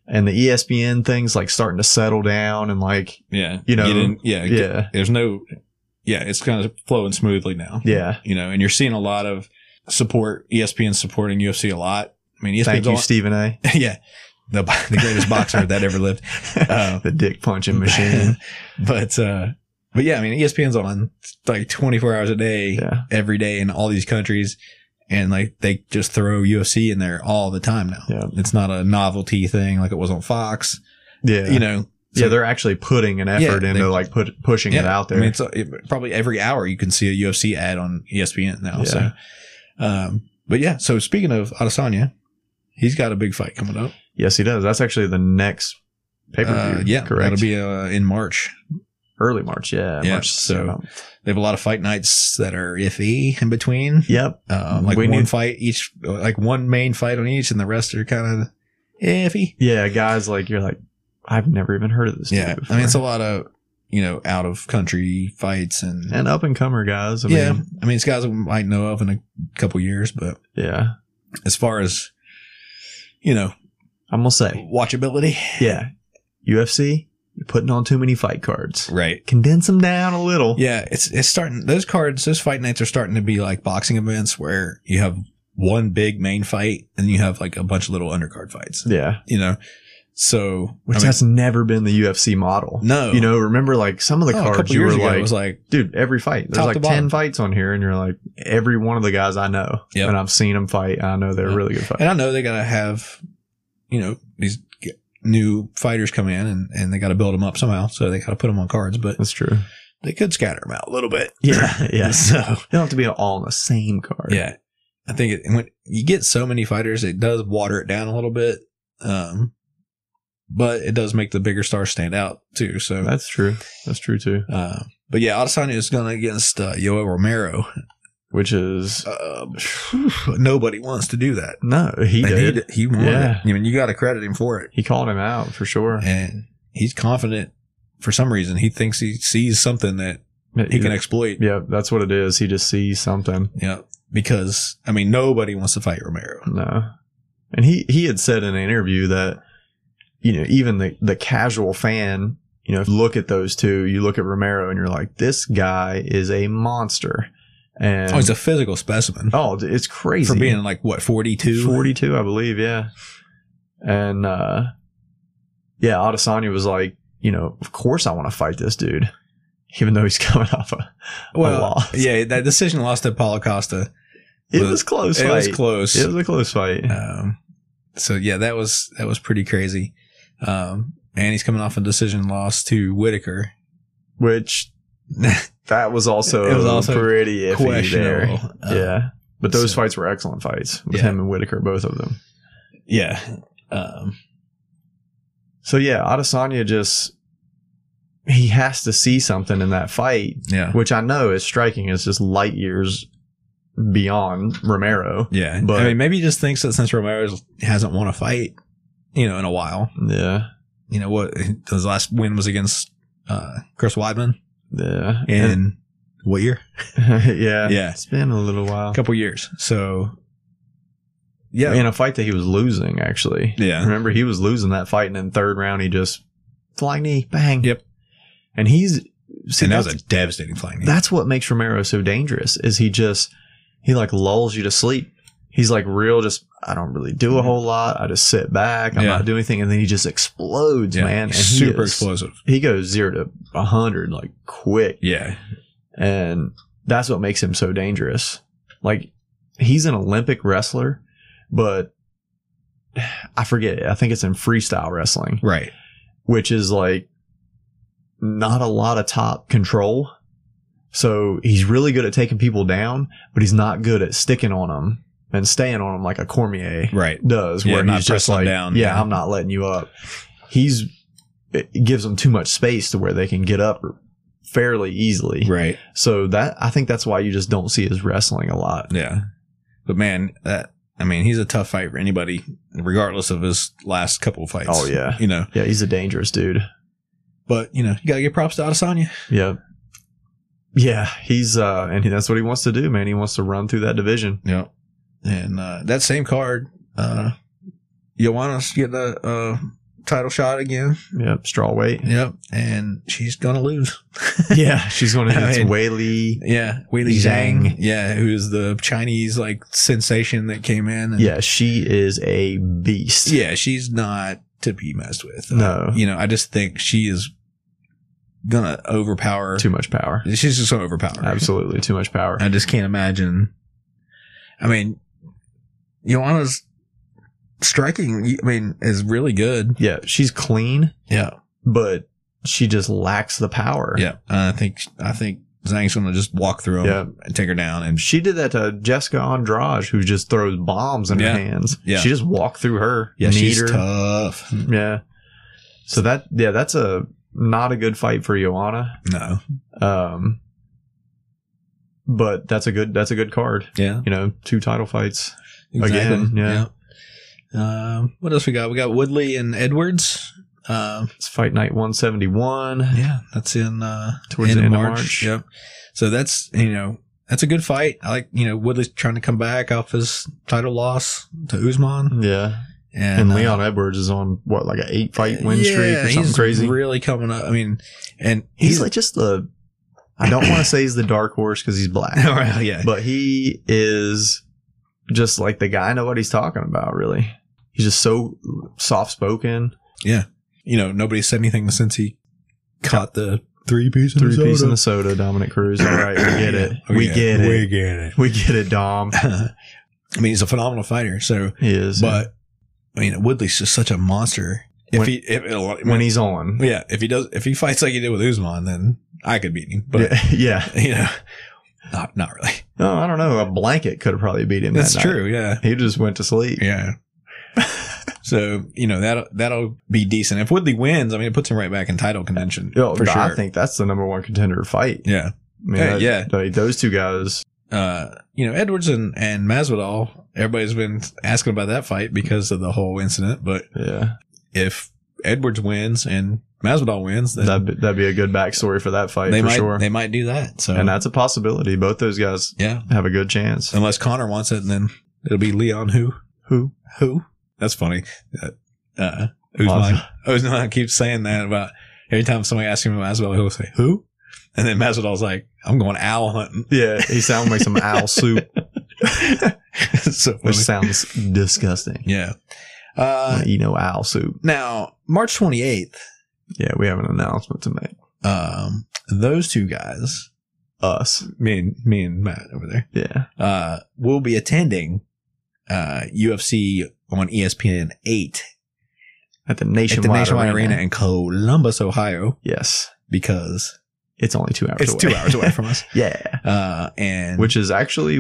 Speaker 5: And the E ESPN things like starting to settle down and like,
Speaker 4: Yeah,
Speaker 5: You know,
Speaker 4: Get in- yeah, get-
Speaker 5: yeah,
Speaker 4: there's no, yeah, it's kind of flowing smoothly now.
Speaker 5: yeah.
Speaker 4: you know, and you're seeing a lot of support. E ESPN supporting UFC a lot. I mean, E ESPN's
Speaker 5: Thank
Speaker 4: all- <laughs>
Speaker 5: you, Stephen A.
Speaker 4: yeah, the the greatest boxer that ever <laughs> lived. Uh,
Speaker 5: the dick
Speaker 4: <laughs>
Speaker 5: punching <laughs> machine.
Speaker 4: but uh but yeah, I mean ESPN's on like 24 hours a day
Speaker 5: yeah.
Speaker 4: every day in all these countries and like they just throw UFC in there all the time now.
Speaker 5: Yeah.
Speaker 4: It's not a novelty thing like it was on Fox,
Speaker 5: Yeah.
Speaker 4: you know.
Speaker 5: yeah, they're actually putting an effort
Speaker 4: Yeah,
Speaker 5: into
Speaker 4: they-
Speaker 5: like put pushing it out there.
Speaker 4: I mean, it's it, probably every hour you can see a UFC ad on E ESPN now.
Speaker 5: Yeah.
Speaker 4: So um but yeah, so speaking of Adesanya, he's got a big fight coming up.
Speaker 5: yes, he does. That's actually the next pay per view.
Speaker 4: Uh, yeah,
Speaker 5: correct.
Speaker 4: that'll be uh, in March.
Speaker 5: early March. Yeah,
Speaker 4: Yeah,
Speaker 5: March.
Speaker 4: so-
Speaker 5: 7th.
Speaker 4: They have a lot of fight nights that are iffy in between.
Speaker 5: yep.
Speaker 4: um, like
Speaker 5: We
Speaker 4: one
Speaker 5: need-
Speaker 4: fight each, like one main fight on each, and the rest are kind of iffy.
Speaker 5: Yeah, guys, like you're like, I've never even heard of this.
Speaker 4: Yeah,
Speaker 5: dude
Speaker 4: I mean it's a
Speaker 5: before.
Speaker 4: lot of you know out of country fights and,
Speaker 5: and up and comer guys. I
Speaker 4: yeah,
Speaker 5: mean,
Speaker 4: I mean it's guys we might know of in a couple years, but
Speaker 5: yeah.
Speaker 4: as far as you know
Speaker 5: I'm gonna say,
Speaker 4: watchability,
Speaker 5: yeah, UFC, you're putting on too many fight cards.
Speaker 4: right?
Speaker 5: Condense them down a little.
Speaker 4: Yeah, it's it's starting. Those cards, those fight nights are starting to be like boxing events where you have one big main fight and you have like a bunch of little undercard fights.
Speaker 5: Yeah.
Speaker 4: You know, so
Speaker 5: Which
Speaker 4: I mean,
Speaker 5: that's never been the UFC model.
Speaker 4: no,
Speaker 5: You know, remember like some of the
Speaker 4: Oh, a
Speaker 5: cards
Speaker 4: couple
Speaker 5: you were
Speaker 4: years ago, it
Speaker 5: like,
Speaker 4: was like
Speaker 5: dude, every fight. There's
Speaker 4: Top to
Speaker 5: like
Speaker 4: bottom.
Speaker 5: ten fights on here, and you're like, every one of the guys I know,
Speaker 4: Yep.
Speaker 5: and I've seen them fight. And I know they're
Speaker 4: Yeah.
Speaker 5: really good fighters.
Speaker 4: And I know they gotta have, you know, these g- new fighters come in and, and they gotta build them up somehow. So they gotta put them on cards, but
Speaker 5: That's true.
Speaker 4: they could scatter them out a little bit. <laughs>
Speaker 5: <laughs> Yeah, yeah.
Speaker 4: So
Speaker 5: They don't have to be all on the same card.
Speaker 4: yeah, I think it, when you get so many fighters, it does water it down a little bit. Um, but it does make the bigger stars stand out too. So,
Speaker 5: that's true. That's true too.
Speaker 4: uh, but yeah, Adesanya is going against uh, Yoel Romero.
Speaker 5: Which is
Speaker 4: Uh, <sighs> nobody wants to do that.
Speaker 5: no, he
Speaker 4: And
Speaker 5: did.
Speaker 4: He, he wanted
Speaker 5: Yeah.
Speaker 4: it. I mean, you got to credit him for it.
Speaker 5: He called him out for sure.
Speaker 4: and he's confident for some reason he thinks he sees something that he can exploit
Speaker 5: yeah, that's what it is. He just sees something.
Speaker 4: yeah because i mean nobody wants to fight romero
Speaker 5: No. And he he had said in an interview that you know, even the the casual fan, you know, if you look at those two, you look at Romero and you're like this guy is a monster. And
Speaker 4: oh he's a physical specimen
Speaker 5: oh, d- it's crazy.
Speaker 4: for being like what 42
Speaker 5: 42, I believe, yeah. And uh yeah, Adesanya was like, you know, of course I want to fight this dude. Even though he's <laughs> coming off a, a
Speaker 4: well
Speaker 5: loss.
Speaker 4: yeah that decision lost to paulo costa
Speaker 5: It
Speaker 4: was-
Speaker 5: was close
Speaker 4: it
Speaker 5: fight.
Speaker 4: was close
Speaker 5: It was a close fight.
Speaker 4: um so yeah that was that was pretty crazy um and he's coming off a decision loss to whitaker <laughs>
Speaker 5: which that was also,
Speaker 4: It was also
Speaker 5: pretty iffy there.
Speaker 4: questionable Uh,
Speaker 5: yeah. But those
Speaker 4: so-
Speaker 5: fights were excellent fights with
Speaker 4: Yeah.
Speaker 5: him and Whitaker, both of them.
Speaker 4: yeah um
Speaker 5: So yeah, Adesanya just he has to see something in that fight,
Speaker 4: yeah
Speaker 5: which I know is striking. It's just light years beyond Romero.
Speaker 4: Yeah,
Speaker 5: But-
Speaker 4: I mean, maybe he just thinks that since Romero hasn't won a fight, you know, in a while,
Speaker 5: Yeah,
Speaker 4: you know what his last win was against uh, Chris Weidman
Speaker 5: yeah,
Speaker 4: in what year?
Speaker 5: And- <laughs> yeah,
Speaker 4: Yeah.
Speaker 5: It's been a little while.
Speaker 4: A couple years. So, yeah,
Speaker 5: in a fight that he was losing, actually.
Speaker 4: yeah,
Speaker 5: Remember, he was losing that fight, and then third round, he just flying knee, bang.
Speaker 4: Yep.
Speaker 5: And he's see
Speaker 4: and that
Speaker 5: that's,
Speaker 4: was a devastating flying knee.
Speaker 5: that's what makes Romero so dangerous. Is he just he like lulls you to sleep? He's like real, just I don't really do a whole lot. I just sit back. I'm
Speaker 4: Mm-hmm. Yeah.
Speaker 5: not doing anything, and then he just explodes,
Speaker 4: yeah,
Speaker 5: man. And he
Speaker 4: super
Speaker 5: is-
Speaker 4: explosive.
Speaker 5: He goes zero to a hundred like quick,
Speaker 4: Yeah,
Speaker 5: and that's what makes him so dangerous. Like he's an Olympic wrestler, but <sighs> I forget. I think it's in freestyle wrestling,
Speaker 4: Right.
Speaker 5: which is like not a lot of top control. So he's really good at taking people down, but he's not good at sticking on them and staying on them like a Cormier
Speaker 4: <laughs> Right.
Speaker 5: does,
Speaker 4: Yeah,
Speaker 5: where
Speaker 4: not
Speaker 5: he's just
Speaker 4: pressing
Speaker 5: like,
Speaker 4: down,
Speaker 5: yeah,
Speaker 4: yeah.
Speaker 5: I'm not letting you up. He's it gives them too much space to where they can get up fairly easily.
Speaker 4: Right.
Speaker 5: So that I think that's why you just don't see his wrestling a lot.
Speaker 4: Yeah. But man, that I mean, he's a tough fight for anybody, regardless of his last couple of fights.
Speaker 5: Oh, yeah.
Speaker 4: You know.
Speaker 5: Yeah, he's a dangerous dude.
Speaker 4: But you know, you gotta give props to Adesanya.
Speaker 5: Yeah. Yeah, he's uh and that's what he wants to do, man. He wants to run through that division.
Speaker 4: Yeah. And uh, that same card, uh Joanna's getting a uh title shot again.
Speaker 5: Yep, straw
Speaker 4: <laughs>
Speaker 5: weight.
Speaker 4: Yep. And she's gonna lose.
Speaker 5: Yeah, she's going to
Speaker 4: <laughs> I
Speaker 5: hit
Speaker 4: mean-
Speaker 5: Whaley.
Speaker 4: Yeah. Weili
Speaker 5: Zhang.
Speaker 4: Zhang. Yeah, who's the Chinese like sensation that came in and
Speaker 5: Yeah, she is a beast.
Speaker 4: Yeah, she's not to be messed with. Uh,
Speaker 5: No.
Speaker 4: you know, I just think she is gonna overpower.
Speaker 5: Too much power.
Speaker 4: She's just gonna overpower. her.
Speaker 5: Absolutely too much power.
Speaker 4: I just can't imagine. I mean, Joanna's striking. I mean, is really good.
Speaker 5: Yeah, she's clean,
Speaker 4: Yeah,
Speaker 5: but she just lacks the power.
Speaker 4: yeah. I think I think Zhang's gonna just walk through him
Speaker 5: Yeah.
Speaker 4: and take her down. And
Speaker 5: She did that to Jessica Andrade, who just throws bombs in
Speaker 4: Yeah.
Speaker 5: her hands.
Speaker 4: Yeah.
Speaker 5: She just walked through her.
Speaker 4: yeah,
Speaker 5: kneed
Speaker 4: she's
Speaker 5: her. Hmm.
Speaker 4: tough.
Speaker 5: Yeah. So that yeah, that's a not a good fight for Joanna.
Speaker 4: No,
Speaker 5: Um but that's a good that's a good card.
Speaker 4: yeah,
Speaker 5: You know, two title fights.
Speaker 4: exactly.
Speaker 5: Again, yeah.
Speaker 4: Yeah. Um, what else we got? We got Woodley and Edwards. Um,
Speaker 5: It's fight night 171.
Speaker 4: Yeah, that's in uh
Speaker 5: Towards
Speaker 4: end
Speaker 5: the
Speaker 4: of
Speaker 5: end of
Speaker 4: March.
Speaker 5: March.
Speaker 4: Yep. So that's you know that's a good fight. I like you know Woodley's trying to come back off his title loss to Usman
Speaker 5: Yeah. Hmm.
Speaker 4: and,
Speaker 5: And
Speaker 4: uh,
Speaker 5: Leon Edwards is on what like an eight fight win
Speaker 4: yeah,
Speaker 5: streak or something
Speaker 4: he's
Speaker 5: crazy.
Speaker 4: Really coming up. I mean, and
Speaker 5: he's, like just the I don't want to say he's the dark horse cuz he's
Speaker 4: <laughs>
Speaker 5: black.
Speaker 4: <laughs> Well, yeah,
Speaker 5: But he is just like the guy I know what he's talking about really. He's just so soft spoken.
Speaker 4: you know nobody said anything since he caught the three piece of
Speaker 5: Three
Speaker 4: the
Speaker 5: piece in
Speaker 4: soda.
Speaker 5: the soda, Dominic Cruz. All <clears throat> right, we
Speaker 4: <coughs>
Speaker 5: get it.
Speaker 4: Yeah.
Speaker 5: We
Speaker 4: Oh, Yeah.
Speaker 5: get
Speaker 4: We
Speaker 5: it.
Speaker 4: get
Speaker 5: <laughs>
Speaker 4: it.
Speaker 5: We get it, Dom.
Speaker 4: I mean, he's a phenomenal fighter. So,
Speaker 5: He is.
Speaker 4: but I mean, Woodley's just such a monster. If
Speaker 5: When-
Speaker 4: he if,
Speaker 5: when he's on,
Speaker 4: Yeah, if he does, if he fights like he did with Usman, then I could beat him. But
Speaker 5: yeah,
Speaker 4: <laughs>
Speaker 5: yeah.
Speaker 4: you know, not not
Speaker 5: <laughs>
Speaker 4: really.
Speaker 5: No, I don't know. A blanket could have probably beat him. that night.
Speaker 4: Yeah,
Speaker 5: He just went to sleep. <laughs>
Speaker 4: yeah. so you know that will that'll be decent. If Woodley wins, I mean, it puts him right back in title contention
Speaker 5: Yo,
Speaker 4: for sure.
Speaker 5: I think that's the number one contender fight.
Speaker 4: yeah.
Speaker 5: I mean,
Speaker 4: Hey,
Speaker 5: that-
Speaker 4: yeah.
Speaker 5: like, those two guys.
Speaker 4: Uh, you know, Edwards and and Masvidal. Everybody's been asking about that fight because of the whole incident. But
Speaker 5: Yeah,
Speaker 4: if Edwards wins and Masvidal wins, then
Speaker 5: that'd be, that'd be a good backstory for that fight
Speaker 4: they
Speaker 5: for
Speaker 4: might
Speaker 5: sure.
Speaker 4: they might do that. So
Speaker 5: and that's a possibility. Both those guys
Speaker 4: yeah,
Speaker 5: have a good chance.
Speaker 4: unless Connor wants it, and then it'll be Leon who.
Speaker 5: Who?
Speaker 4: Who? That's funny. Uh, uh, <laughs> Usman, Usman keeps saying that about every time somebody asks him about Masvidal, he'll say, who? And then Masvidal's like, I'm going owl hunting.
Speaker 5: <laughs>
Speaker 4: <laughs>
Speaker 5: Yeah, he sounds like some owl soup,
Speaker 4: so
Speaker 5: which
Speaker 4: funny.
Speaker 5: sounds disgusting.
Speaker 4: yeah. Uh,
Speaker 5: you know, owl soup.
Speaker 4: now, March 28th,
Speaker 5: Yeah, we have an announcement to make.
Speaker 4: um, those two guys,
Speaker 5: Us.
Speaker 4: me and, me and Matt over there,
Speaker 5: Yeah.
Speaker 4: uh, will be attending uh, UFC on E ESPN 8
Speaker 5: at the
Speaker 4: at
Speaker 5: Nationwide,
Speaker 4: the Nationwide Arena in Columbus, Ohio,
Speaker 5: Yes,
Speaker 4: because
Speaker 5: it's only two hours.
Speaker 4: it's
Speaker 5: away.
Speaker 4: two hours away from us.
Speaker 5: <laughs> yeah,
Speaker 4: <laughs> Uh, and
Speaker 5: which is actually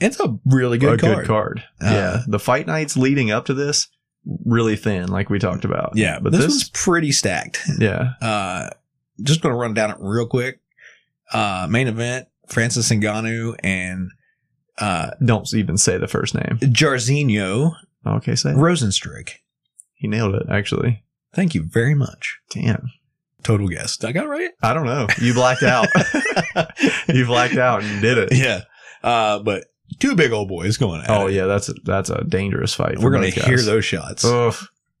Speaker 4: it's a really
Speaker 5: a
Speaker 4: good card.
Speaker 5: good card.
Speaker 4: Uh,
Speaker 5: yeah, the fight nights leading up to this really thin, like we talked about.
Speaker 4: Yeah,
Speaker 5: but
Speaker 4: this,
Speaker 5: this,
Speaker 4: one's pretty stacked.
Speaker 5: yeah,
Speaker 4: Uh, just gonna run down it real quick. Uh, main event: Francis Ngannou and uh,
Speaker 5: don't even say the first name.
Speaker 4: Jarzinho
Speaker 5: Okay, say it.
Speaker 4: Rosenstrick.
Speaker 5: he nailed it. Actually,
Speaker 4: Thank you very much.
Speaker 5: damn,
Speaker 4: Total guess. Did I got it right?
Speaker 5: I don't know. You blacked
Speaker 4: <laughs>
Speaker 5: out. <laughs> you blacked out and did it.
Speaker 4: yeah. Uh, but two big old boys going. At
Speaker 5: Oh
Speaker 4: it.
Speaker 5: yeah, that's a, that's a dangerous fight. for
Speaker 4: We're gonna
Speaker 5: both guys.
Speaker 4: hear those shots
Speaker 5: Oh,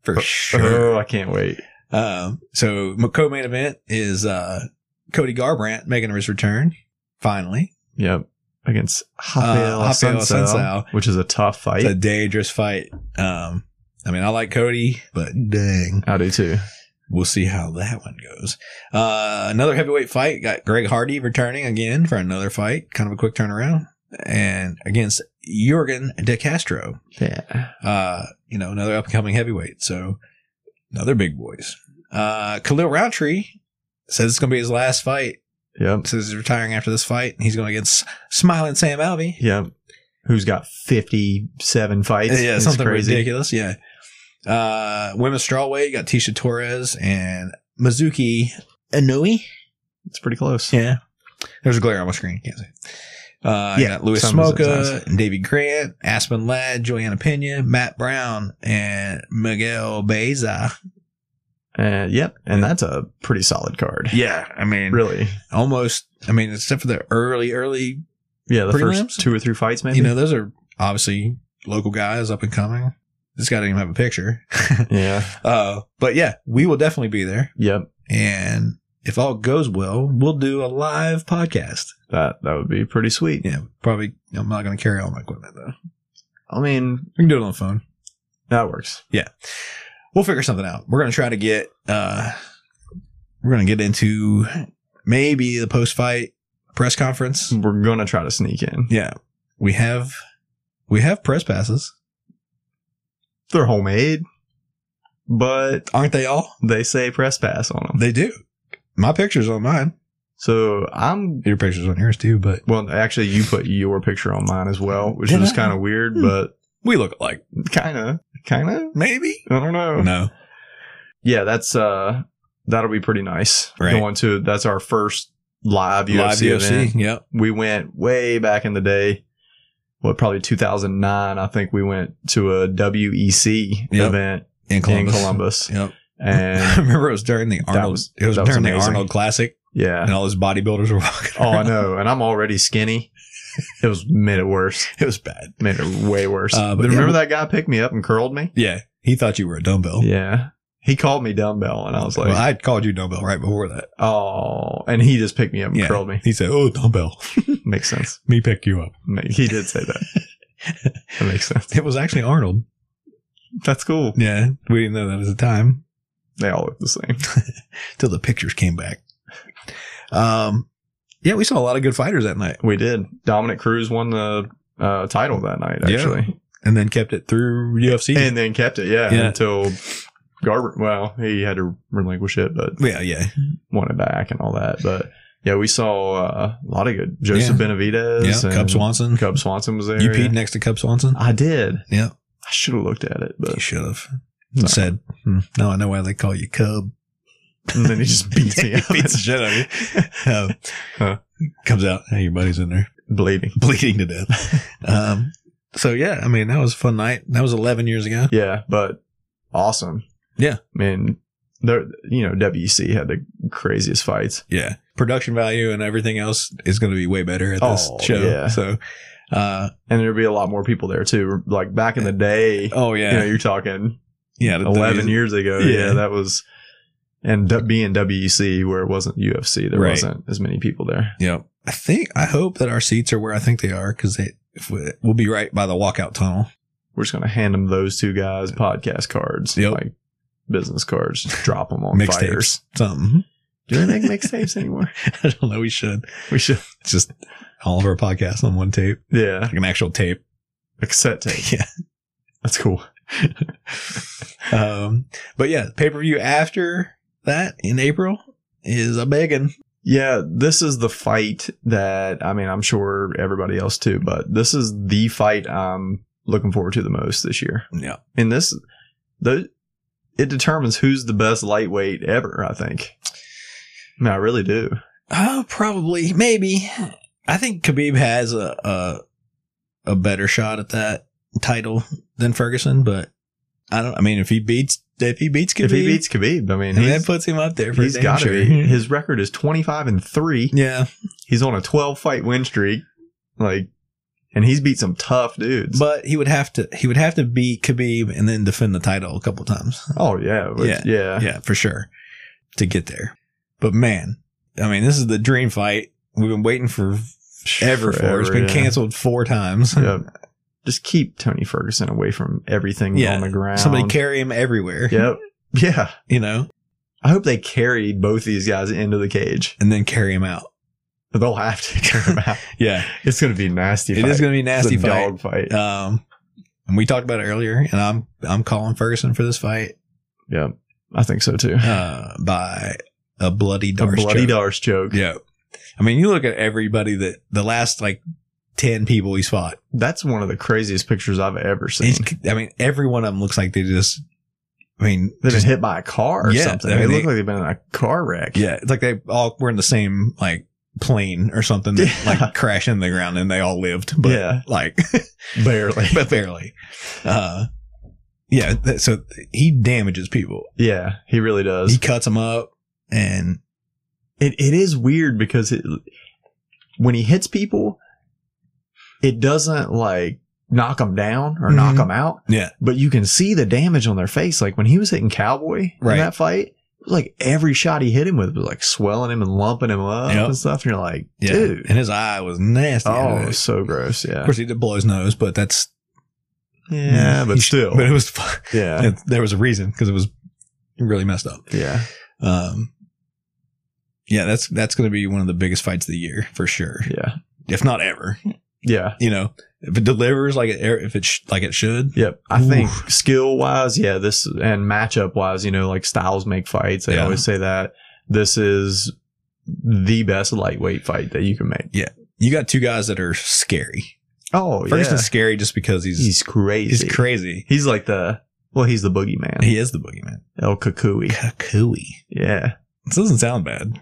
Speaker 4: for
Speaker 5: oh,
Speaker 4: sure.
Speaker 5: oh, I can't wait.
Speaker 4: Um, so my co-main event is uh, Cody Garbrandt making his return finally.
Speaker 5: Yep, against Rafael
Speaker 4: Uh, Rafael
Speaker 5: Assunção,
Speaker 4: Assunção.
Speaker 5: which is a tough fight.
Speaker 4: It's a dangerous fight. Um, I mean, I like Cody, but dang,
Speaker 5: I do too.
Speaker 4: we'll see how that one goes. Uh, another heavyweight fight got Greg Hardy returning again for another fight, kind of a quick turnaround, and against Jorgen De Castro,
Speaker 5: Yeah.
Speaker 4: uh, you know, another up and coming heavyweight. So another big boys. Uh, Khalil Roundtree says it's going to be his last fight.
Speaker 5: Yep.
Speaker 4: Says he's retiring after this fight. He's going against Smiling Sam Alvey.
Speaker 5: Yep. Who's got 57 fights?
Speaker 4: yeah,
Speaker 5: It's
Speaker 4: something
Speaker 5: crazy.
Speaker 4: ridiculous. Yeah. Uh, women's strawweight you got Tisha Torres and Mizuki Inui.
Speaker 5: It's pretty close.
Speaker 4: Yeah. There's a glare on my screen. Can't see. Uh,
Speaker 5: Yeah,
Speaker 4: yeah, Louis
Speaker 5: sometimes
Speaker 4: Smoka,
Speaker 5: it's
Speaker 4: Davy Grant, Aspen Ladd, Joanna Pena, Matt Brown, and Miguel Beza.
Speaker 5: Uh, yep. And that's a pretty solid card.
Speaker 4: Yeah, I mean,
Speaker 5: Really.
Speaker 4: almost. I mean, except for the early, early.
Speaker 5: Yeah. The
Speaker 4: Prelims?
Speaker 5: first two or three fights, maybe.
Speaker 4: You know, those are obviously local guys, up and coming. This guy didn't even have a picture.
Speaker 5: <laughs> yeah.
Speaker 4: uh, but yeah, we will definitely be there,
Speaker 5: Yep.
Speaker 4: and if all goes well, we'll do a live podcast.
Speaker 5: That that would be pretty sweet.
Speaker 4: Yeah, probably. I'm not going to carry all my equipment though.
Speaker 5: I mean,
Speaker 4: We can do it on the phone.
Speaker 5: that works.
Speaker 4: we'll figure something out. We're gonna try to get uh we're gonna get into maybe the post fight press conference.
Speaker 5: We're gonna try to sneak in.
Speaker 4: Yeah. We have we have press passes.
Speaker 5: They're homemade, but
Speaker 4: Aren't they all?
Speaker 5: they say press pass on them.
Speaker 4: They do. My picture's on mine.
Speaker 5: So I'm
Speaker 4: Your picture's on yours too, but
Speaker 5: well. Actually, you put your picture on mine as well, which
Speaker 4: Did
Speaker 5: was
Speaker 4: I?
Speaker 5: kind of weird,
Speaker 4: Hmm.
Speaker 5: but
Speaker 4: we look alike.
Speaker 5: kind of, kind of.
Speaker 4: Maybe?
Speaker 5: I don't know.
Speaker 4: No.
Speaker 5: Yeah, that's uh, that'll be pretty nice.
Speaker 4: Right.
Speaker 5: Going to that's our first live UFC, event.
Speaker 4: Yep.
Speaker 5: We went way back in the day. What probably 2009? I think we went to a WEC
Speaker 4: Yep.
Speaker 5: event
Speaker 4: In Columbus.
Speaker 5: in
Speaker 4: <laughs>
Speaker 5: Columbus,
Speaker 4: Yep. I
Speaker 5: and
Speaker 4: remember it was during the Arnold
Speaker 5: was-
Speaker 4: it was
Speaker 5: that was
Speaker 4: during the
Speaker 5: amazing.
Speaker 4: Arnold Classic
Speaker 5: yeah,
Speaker 4: and all those bodybuilders were <laughs> walking.
Speaker 5: Oh, I
Speaker 4: around.
Speaker 5: know. And I'm already skinny. It was made it worse.
Speaker 4: It was bad.
Speaker 5: Made it way worse.
Speaker 4: Uh, but
Speaker 5: but remember
Speaker 4: yeah.
Speaker 5: that guy picked me up and curled me?
Speaker 4: Yeah. He thought you were a dumbbell.
Speaker 5: Yeah. He called me dumbbell and I was like,
Speaker 4: well, I called you dumbbell right before that.
Speaker 5: oh, and he just picked me up and
Speaker 4: Yeah.
Speaker 5: curled me.
Speaker 4: He said, "Oh, dumbbell, <laughs>
Speaker 5: Makes sense.
Speaker 4: me pick you up."
Speaker 5: Ma- He did say
Speaker 4: <laughs>
Speaker 5: that. that makes sense.
Speaker 4: It was actually Arnold.
Speaker 5: That's cool.
Speaker 4: Yeah, we didn't know that at the time
Speaker 5: They all look the same.
Speaker 4: till the pictures came back. Um, yeah, we saw a lot of good fighters that night,
Speaker 5: We did. Dominic Cruz won the uh, title that night,
Speaker 4: Yeah.
Speaker 5: actually,
Speaker 4: and then kept it through UFC.
Speaker 5: and then kept it. Yeah.
Speaker 4: Yeah.
Speaker 5: Until Garber. Well, he had to relinquish it, but
Speaker 4: yeah, yeah,
Speaker 5: want it back and all that. But yeah, we saw uh, a lot of good Joseph Benavidez.
Speaker 4: yeah.
Speaker 5: and
Speaker 4: Cub Swanson.
Speaker 5: Cub Swanson was there.
Speaker 4: you
Speaker 5: yeah.
Speaker 4: peed next to Cub Swanson.
Speaker 5: I did.
Speaker 4: Yeah.
Speaker 5: I should have looked at it,
Speaker 4: you <laughs>
Speaker 5: but
Speaker 4: should have
Speaker 5: No.
Speaker 4: said, "Hmm, "No, I know why they call you Cub."
Speaker 5: <laughs> and then he just beats
Speaker 4: <laughs>
Speaker 5: me
Speaker 4: He
Speaker 5: up. <laughs>
Speaker 4: beats the shit out of you. Um,
Speaker 5: Huh.
Speaker 4: Comes out, hey, your buddy's in there <laughs>
Speaker 5: bleeding.
Speaker 4: bleeding
Speaker 5: <laughs>
Speaker 4: to death. Um, so yeah, I mean that was a fun night. That was 11 years ago.
Speaker 5: Yeah, but awesome.
Speaker 4: Yeah.
Speaker 5: I mean, there, you know, WC had the craziest fights.
Speaker 4: Yeah. Production value and everything else is going to be way better at this
Speaker 5: Oh,
Speaker 4: show.
Speaker 5: yeah.
Speaker 4: So, uh,
Speaker 5: And there'd be a lot more people there too. Like back in the day,
Speaker 4: oh,
Speaker 5: you know,
Speaker 4: yeah.
Speaker 5: you're talking
Speaker 4: Yeah. the- the
Speaker 5: 11
Speaker 4: music-
Speaker 5: years ago.
Speaker 4: Yeah.
Speaker 5: Yeah. that was, and d- being WEC where it wasn't UFC, there
Speaker 4: Right.
Speaker 5: wasn't as many people there.
Speaker 4: Yeah. I think, I hope that our seats are where I think they are because they, if we, we'll be right by the walkout tunnel.
Speaker 5: we're just gonna hand them those two guys podcast cards,
Speaker 4: Yep.
Speaker 5: like business cards. Just drop them on
Speaker 4: <laughs> Mixtapes.
Speaker 5: fighters.
Speaker 4: Something.
Speaker 5: Do they make mixtapes anymore?
Speaker 4: Mm-hmm. <laughs> I don't know. We should.
Speaker 5: We should.
Speaker 4: It's just all of our podcasts on one tape,
Speaker 5: Yeah,
Speaker 4: like an actual tape.
Speaker 5: a cassette tape.
Speaker 4: <laughs> Yeah.
Speaker 5: That's cool.
Speaker 4: Um, but yeah, pay per view after that in April is a begging.
Speaker 5: Yeah, this is the fight that I mean. I'm sure everybody else too, but this is the fight I'm looking forward to the most this year.
Speaker 4: Yeah.
Speaker 5: And this, the, it determines who's the best lightweight ever. I think. I mean, I really do.
Speaker 4: Oh, probably, maybe. I think Khabib has a, a a better shot at that title than Ferguson, but I don't. I mean, if he beats if he beats Khabib,
Speaker 5: If he beats Khabib, I mean,
Speaker 4: and that
Speaker 5: he's,
Speaker 4: puts him up there for
Speaker 5: he's
Speaker 4: damn
Speaker 5: got to
Speaker 4: sure. <laughs>
Speaker 5: be. His record is 25 and three.
Speaker 4: yeah,
Speaker 5: He's on a 12 fight win streak. Like, and he's beat some tough dudes.
Speaker 4: but he would have to he would have to beat Khabib and then defend the title a couple times.
Speaker 5: oh, yeah. which-
Speaker 4: Yeah.
Speaker 5: yeah.
Speaker 4: Yeah, for sure, to get there. But man, I mean, this is the dream fight we've been waiting for ever for. It's
Speaker 5: Forever,
Speaker 4: been
Speaker 5: yeah.
Speaker 4: canceled four times.
Speaker 5: Yep. Just keep Tony Ferguson away from everything
Speaker 4: Yeah.
Speaker 5: on the ground.
Speaker 4: <laughs> Somebody carry him everywhere.
Speaker 5: <laughs> Yep. Yeah.
Speaker 4: you know,
Speaker 5: I hope they carry both these guys into the cage.
Speaker 4: and then carry him out.
Speaker 5: They'll have to turn
Speaker 4: <laughs>
Speaker 5: him out.
Speaker 4: Yeah,
Speaker 5: It's going to be a nasty.
Speaker 4: it is going to be a nasty
Speaker 5: it's a
Speaker 4: fight.
Speaker 5: dog fight.
Speaker 4: Um, and we talked about it earlier, and I'm I'm calling Ferguson for this fight
Speaker 5: yeah, I think so
Speaker 4: <laughs>
Speaker 5: too.
Speaker 4: uh, by a bloody
Speaker 5: A
Speaker 4: dark
Speaker 5: bloody Darce choke.
Speaker 4: Yeah, I mean, you look at everybody that the last like ten people he's fought.
Speaker 5: That's one of the craziest pictures I've ever seen.
Speaker 4: It's, I mean, every one of them looks like they just. I mean,
Speaker 5: They've been
Speaker 4: just-
Speaker 5: hit by a car or
Speaker 4: Yeah,
Speaker 5: something.
Speaker 4: I
Speaker 5: They
Speaker 4: mean,
Speaker 5: look
Speaker 4: they-
Speaker 5: like they've been in a car wreck.
Speaker 4: yeah, it's like they all were in the same like plane or something that
Speaker 5: Yeah.
Speaker 4: like crashed in the ground and they all lived, but
Speaker 5: Yeah.
Speaker 4: like
Speaker 5: <laughs> barely.
Speaker 4: <laughs> but barely. Uh, yeah, th- so he damages people.
Speaker 5: Yeah, he really does.
Speaker 4: He cuts them up, and
Speaker 5: it, it is weird because it, when he hits people, it doesn't like knock them down or knock 'em knock
Speaker 4: Mhm.
Speaker 5: them out.
Speaker 4: Yeah.
Speaker 5: But you can see the damage on their face. Like when he was hitting Cowboy
Speaker 4: Right.
Speaker 5: in that fight, like every shot he hit him with was like swelling him and lumping him up
Speaker 4: Yep.
Speaker 5: and stuff. And you're like,
Speaker 4: yeah,
Speaker 5: dude.
Speaker 4: and his eye was nasty.
Speaker 5: Oh,
Speaker 4: of
Speaker 5: so gross. Yeah.
Speaker 4: course, he did blow his nose, but that's
Speaker 5: Yeah, but
Speaker 4: he-
Speaker 5: still.
Speaker 4: but it was
Speaker 5: yeah.
Speaker 4: there was a reason because it was really messed up.
Speaker 5: Yeah.
Speaker 4: Um, yeah, that's that's going to be one of the biggest fights of the year for sure,
Speaker 5: Yeah.
Speaker 4: if not ever.
Speaker 5: Yeah.
Speaker 4: You know, if it delivers like it er, if it sh- like it should,
Speaker 5: Yep. I think
Speaker 4: Oof.
Speaker 5: skill wise, yeah, this and matchup wise, you know, like styles make fights. They
Speaker 4: Yeah.
Speaker 5: always say that. This is the best lightweight fight that you can make.
Speaker 4: you got two guys that are scary.
Speaker 5: Oh,
Speaker 4: Ferguson's scary just because he's he's
Speaker 5: He's crazy.
Speaker 4: crazy.
Speaker 5: He's crazy. He's like the, well, he's the boogeyman.
Speaker 4: He is the boogeyman.
Speaker 5: El Kakui.
Speaker 4: Kakui.
Speaker 5: Yeah.
Speaker 4: This doesn't sound bad.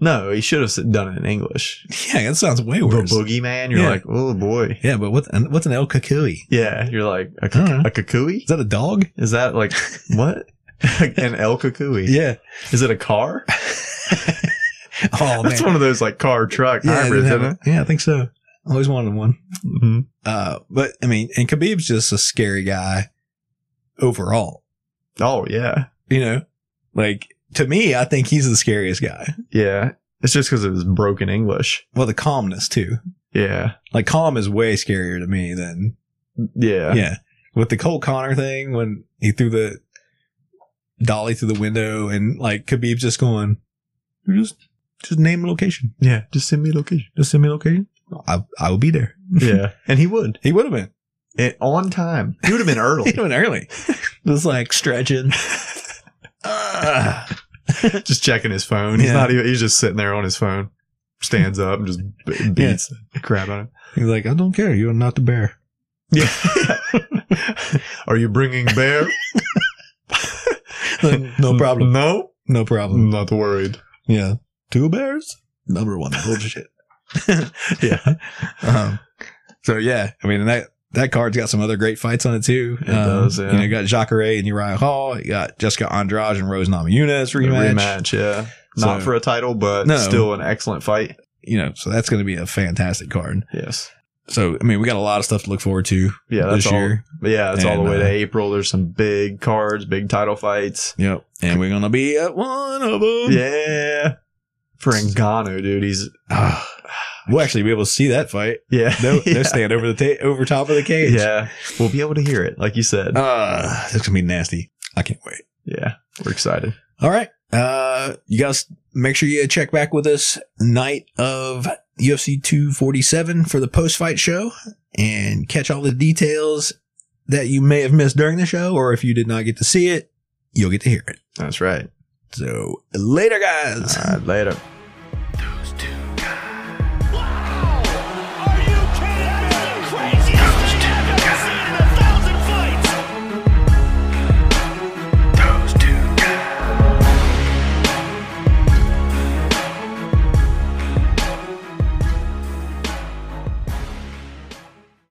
Speaker 5: No, he should have done it in English.
Speaker 4: Yeah, that sounds way worse.
Speaker 5: The boogeyman, you're
Speaker 4: Yeah.
Speaker 5: like, oh boy.
Speaker 4: yeah, but what, and what's an El Kakui?
Speaker 5: Yeah. You're like, a,
Speaker 4: I don't
Speaker 5: ka-
Speaker 4: know.
Speaker 5: a Kakui?
Speaker 4: Is that a dog?
Speaker 5: Is that
Speaker 4: <laughs>
Speaker 5: like, what? <laughs> an El Kakui?
Speaker 4: Yeah.
Speaker 5: Is it a
Speaker 4: <laughs>
Speaker 5: car?
Speaker 4: Oh,
Speaker 5: That's
Speaker 4: man.
Speaker 5: one of those like car truck
Speaker 4: yeah, it
Speaker 5: hybrids,
Speaker 4: doesn't
Speaker 5: isn't it?
Speaker 4: have a- yeah, I think so. I always wanted one.
Speaker 5: Mm-hmm.
Speaker 4: Uh, but I mean, and Khabib's just a scary guy overall,
Speaker 5: Oh yeah,
Speaker 4: you know? Like, to me, I think he's the scariest guy.
Speaker 5: yeah. It's just because it was broken English.
Speaker 4: Well, the calmness too.
Speaker 5: Yeah,
Speaker 4: Like, calm is way scarier to me than,
Speaker 5: yeah,
Speaker 4: yeah. With the Cole Connor thing, when he threw the dolly through the window and like Khabib's just going, just, just name a location.
Speaker 5: yeah. Just send me a location.
Speaker 4: <laughs> Just send me a location. I I will be there.
Speaker 5: yeah, and he would
Speaker 4: <laughs> He would have been.
Speaker 5: and on time. He would have been
Speaker 4: <laughs> He
Speaker 5: early.
Speaker 4: went early. Just like stretching. Ah.
Speaker 5: just checking his phone. He's
Speaker 4: Yeah.
Speaker 5: not even. He's just sitting there on his phone. Stands up and just b- beats the crap out of him.
Speaker 4: He's like, I don't care. You're not the <laughs> bear.
Speaker 5: Yeah. <laughs> Are you bringing bear?
Speaker 4: <laughs> no problem.
Speaker 5: No,
Speaker 4: No problem.
Speaker 5: not worried.
Speaker 4: Yeah. Two bears. Number one. <laughs> Bullshit.
Speaker 5: <laughs> Yeah,
Speaker 4: um, so yeah, I mean and that that card's got some other great fights on it too. Um,
Speaker 5: It does, yeah.
Speaker 4: You know, you got Jacare and Uriah Hall. You got Jessica Andrade and Rose Namajunas rematch.
Speaker 5: rematch. Yeah, not
Speaker 4: So-
Speaker 5: for a title, but
Speaker 4: No.
Speaker 5: still an excellent fight.
Speaker 4: You know, so that's going to be a fantastic card.
Speaker 5: Yes.
Speaker 4: So I mean, we got a lot of stuff to look forward to
Speaker 5: Yeah, that's
Speaker 4: this
Speaker 5: all.
Speaker 4: year.
Speaker 5: But yeah, it's all the
Speaker 4: And,
Speaker 5: way
Speaker 4: uh,
Speaker 5: to April. There's some big cards, big title fights.
Speaker 4: Yep. And we're gonna be at one of them.
Speaker 5: Yeah. For Ngannou, dude, he's
Speaker 4: we'll actually be able to see that fight.
Speaker 5: yeah,
Speaker 4: Ah. No,
Speaker 5: <laughs> yeah.
Speaker 4: no stand over the ta- over top of the cage.
Speaker 5: yeah. We'll be able to hear it, like you said.
Speaker 4: Uh, that's gonna be nasty. I can't wait.
Speaker 5: yeah, we're excited.
Speaker 4: All right. Uh, you guys make sure you check back with us night of UFC 247 for the post fight show and catch all the details that you may have missed during the show, or if you did not get to see it, you'll get to hear it.
Speaker 5: That's right.
Speaker 4: So later, guys.
Speaker 5: All right, later.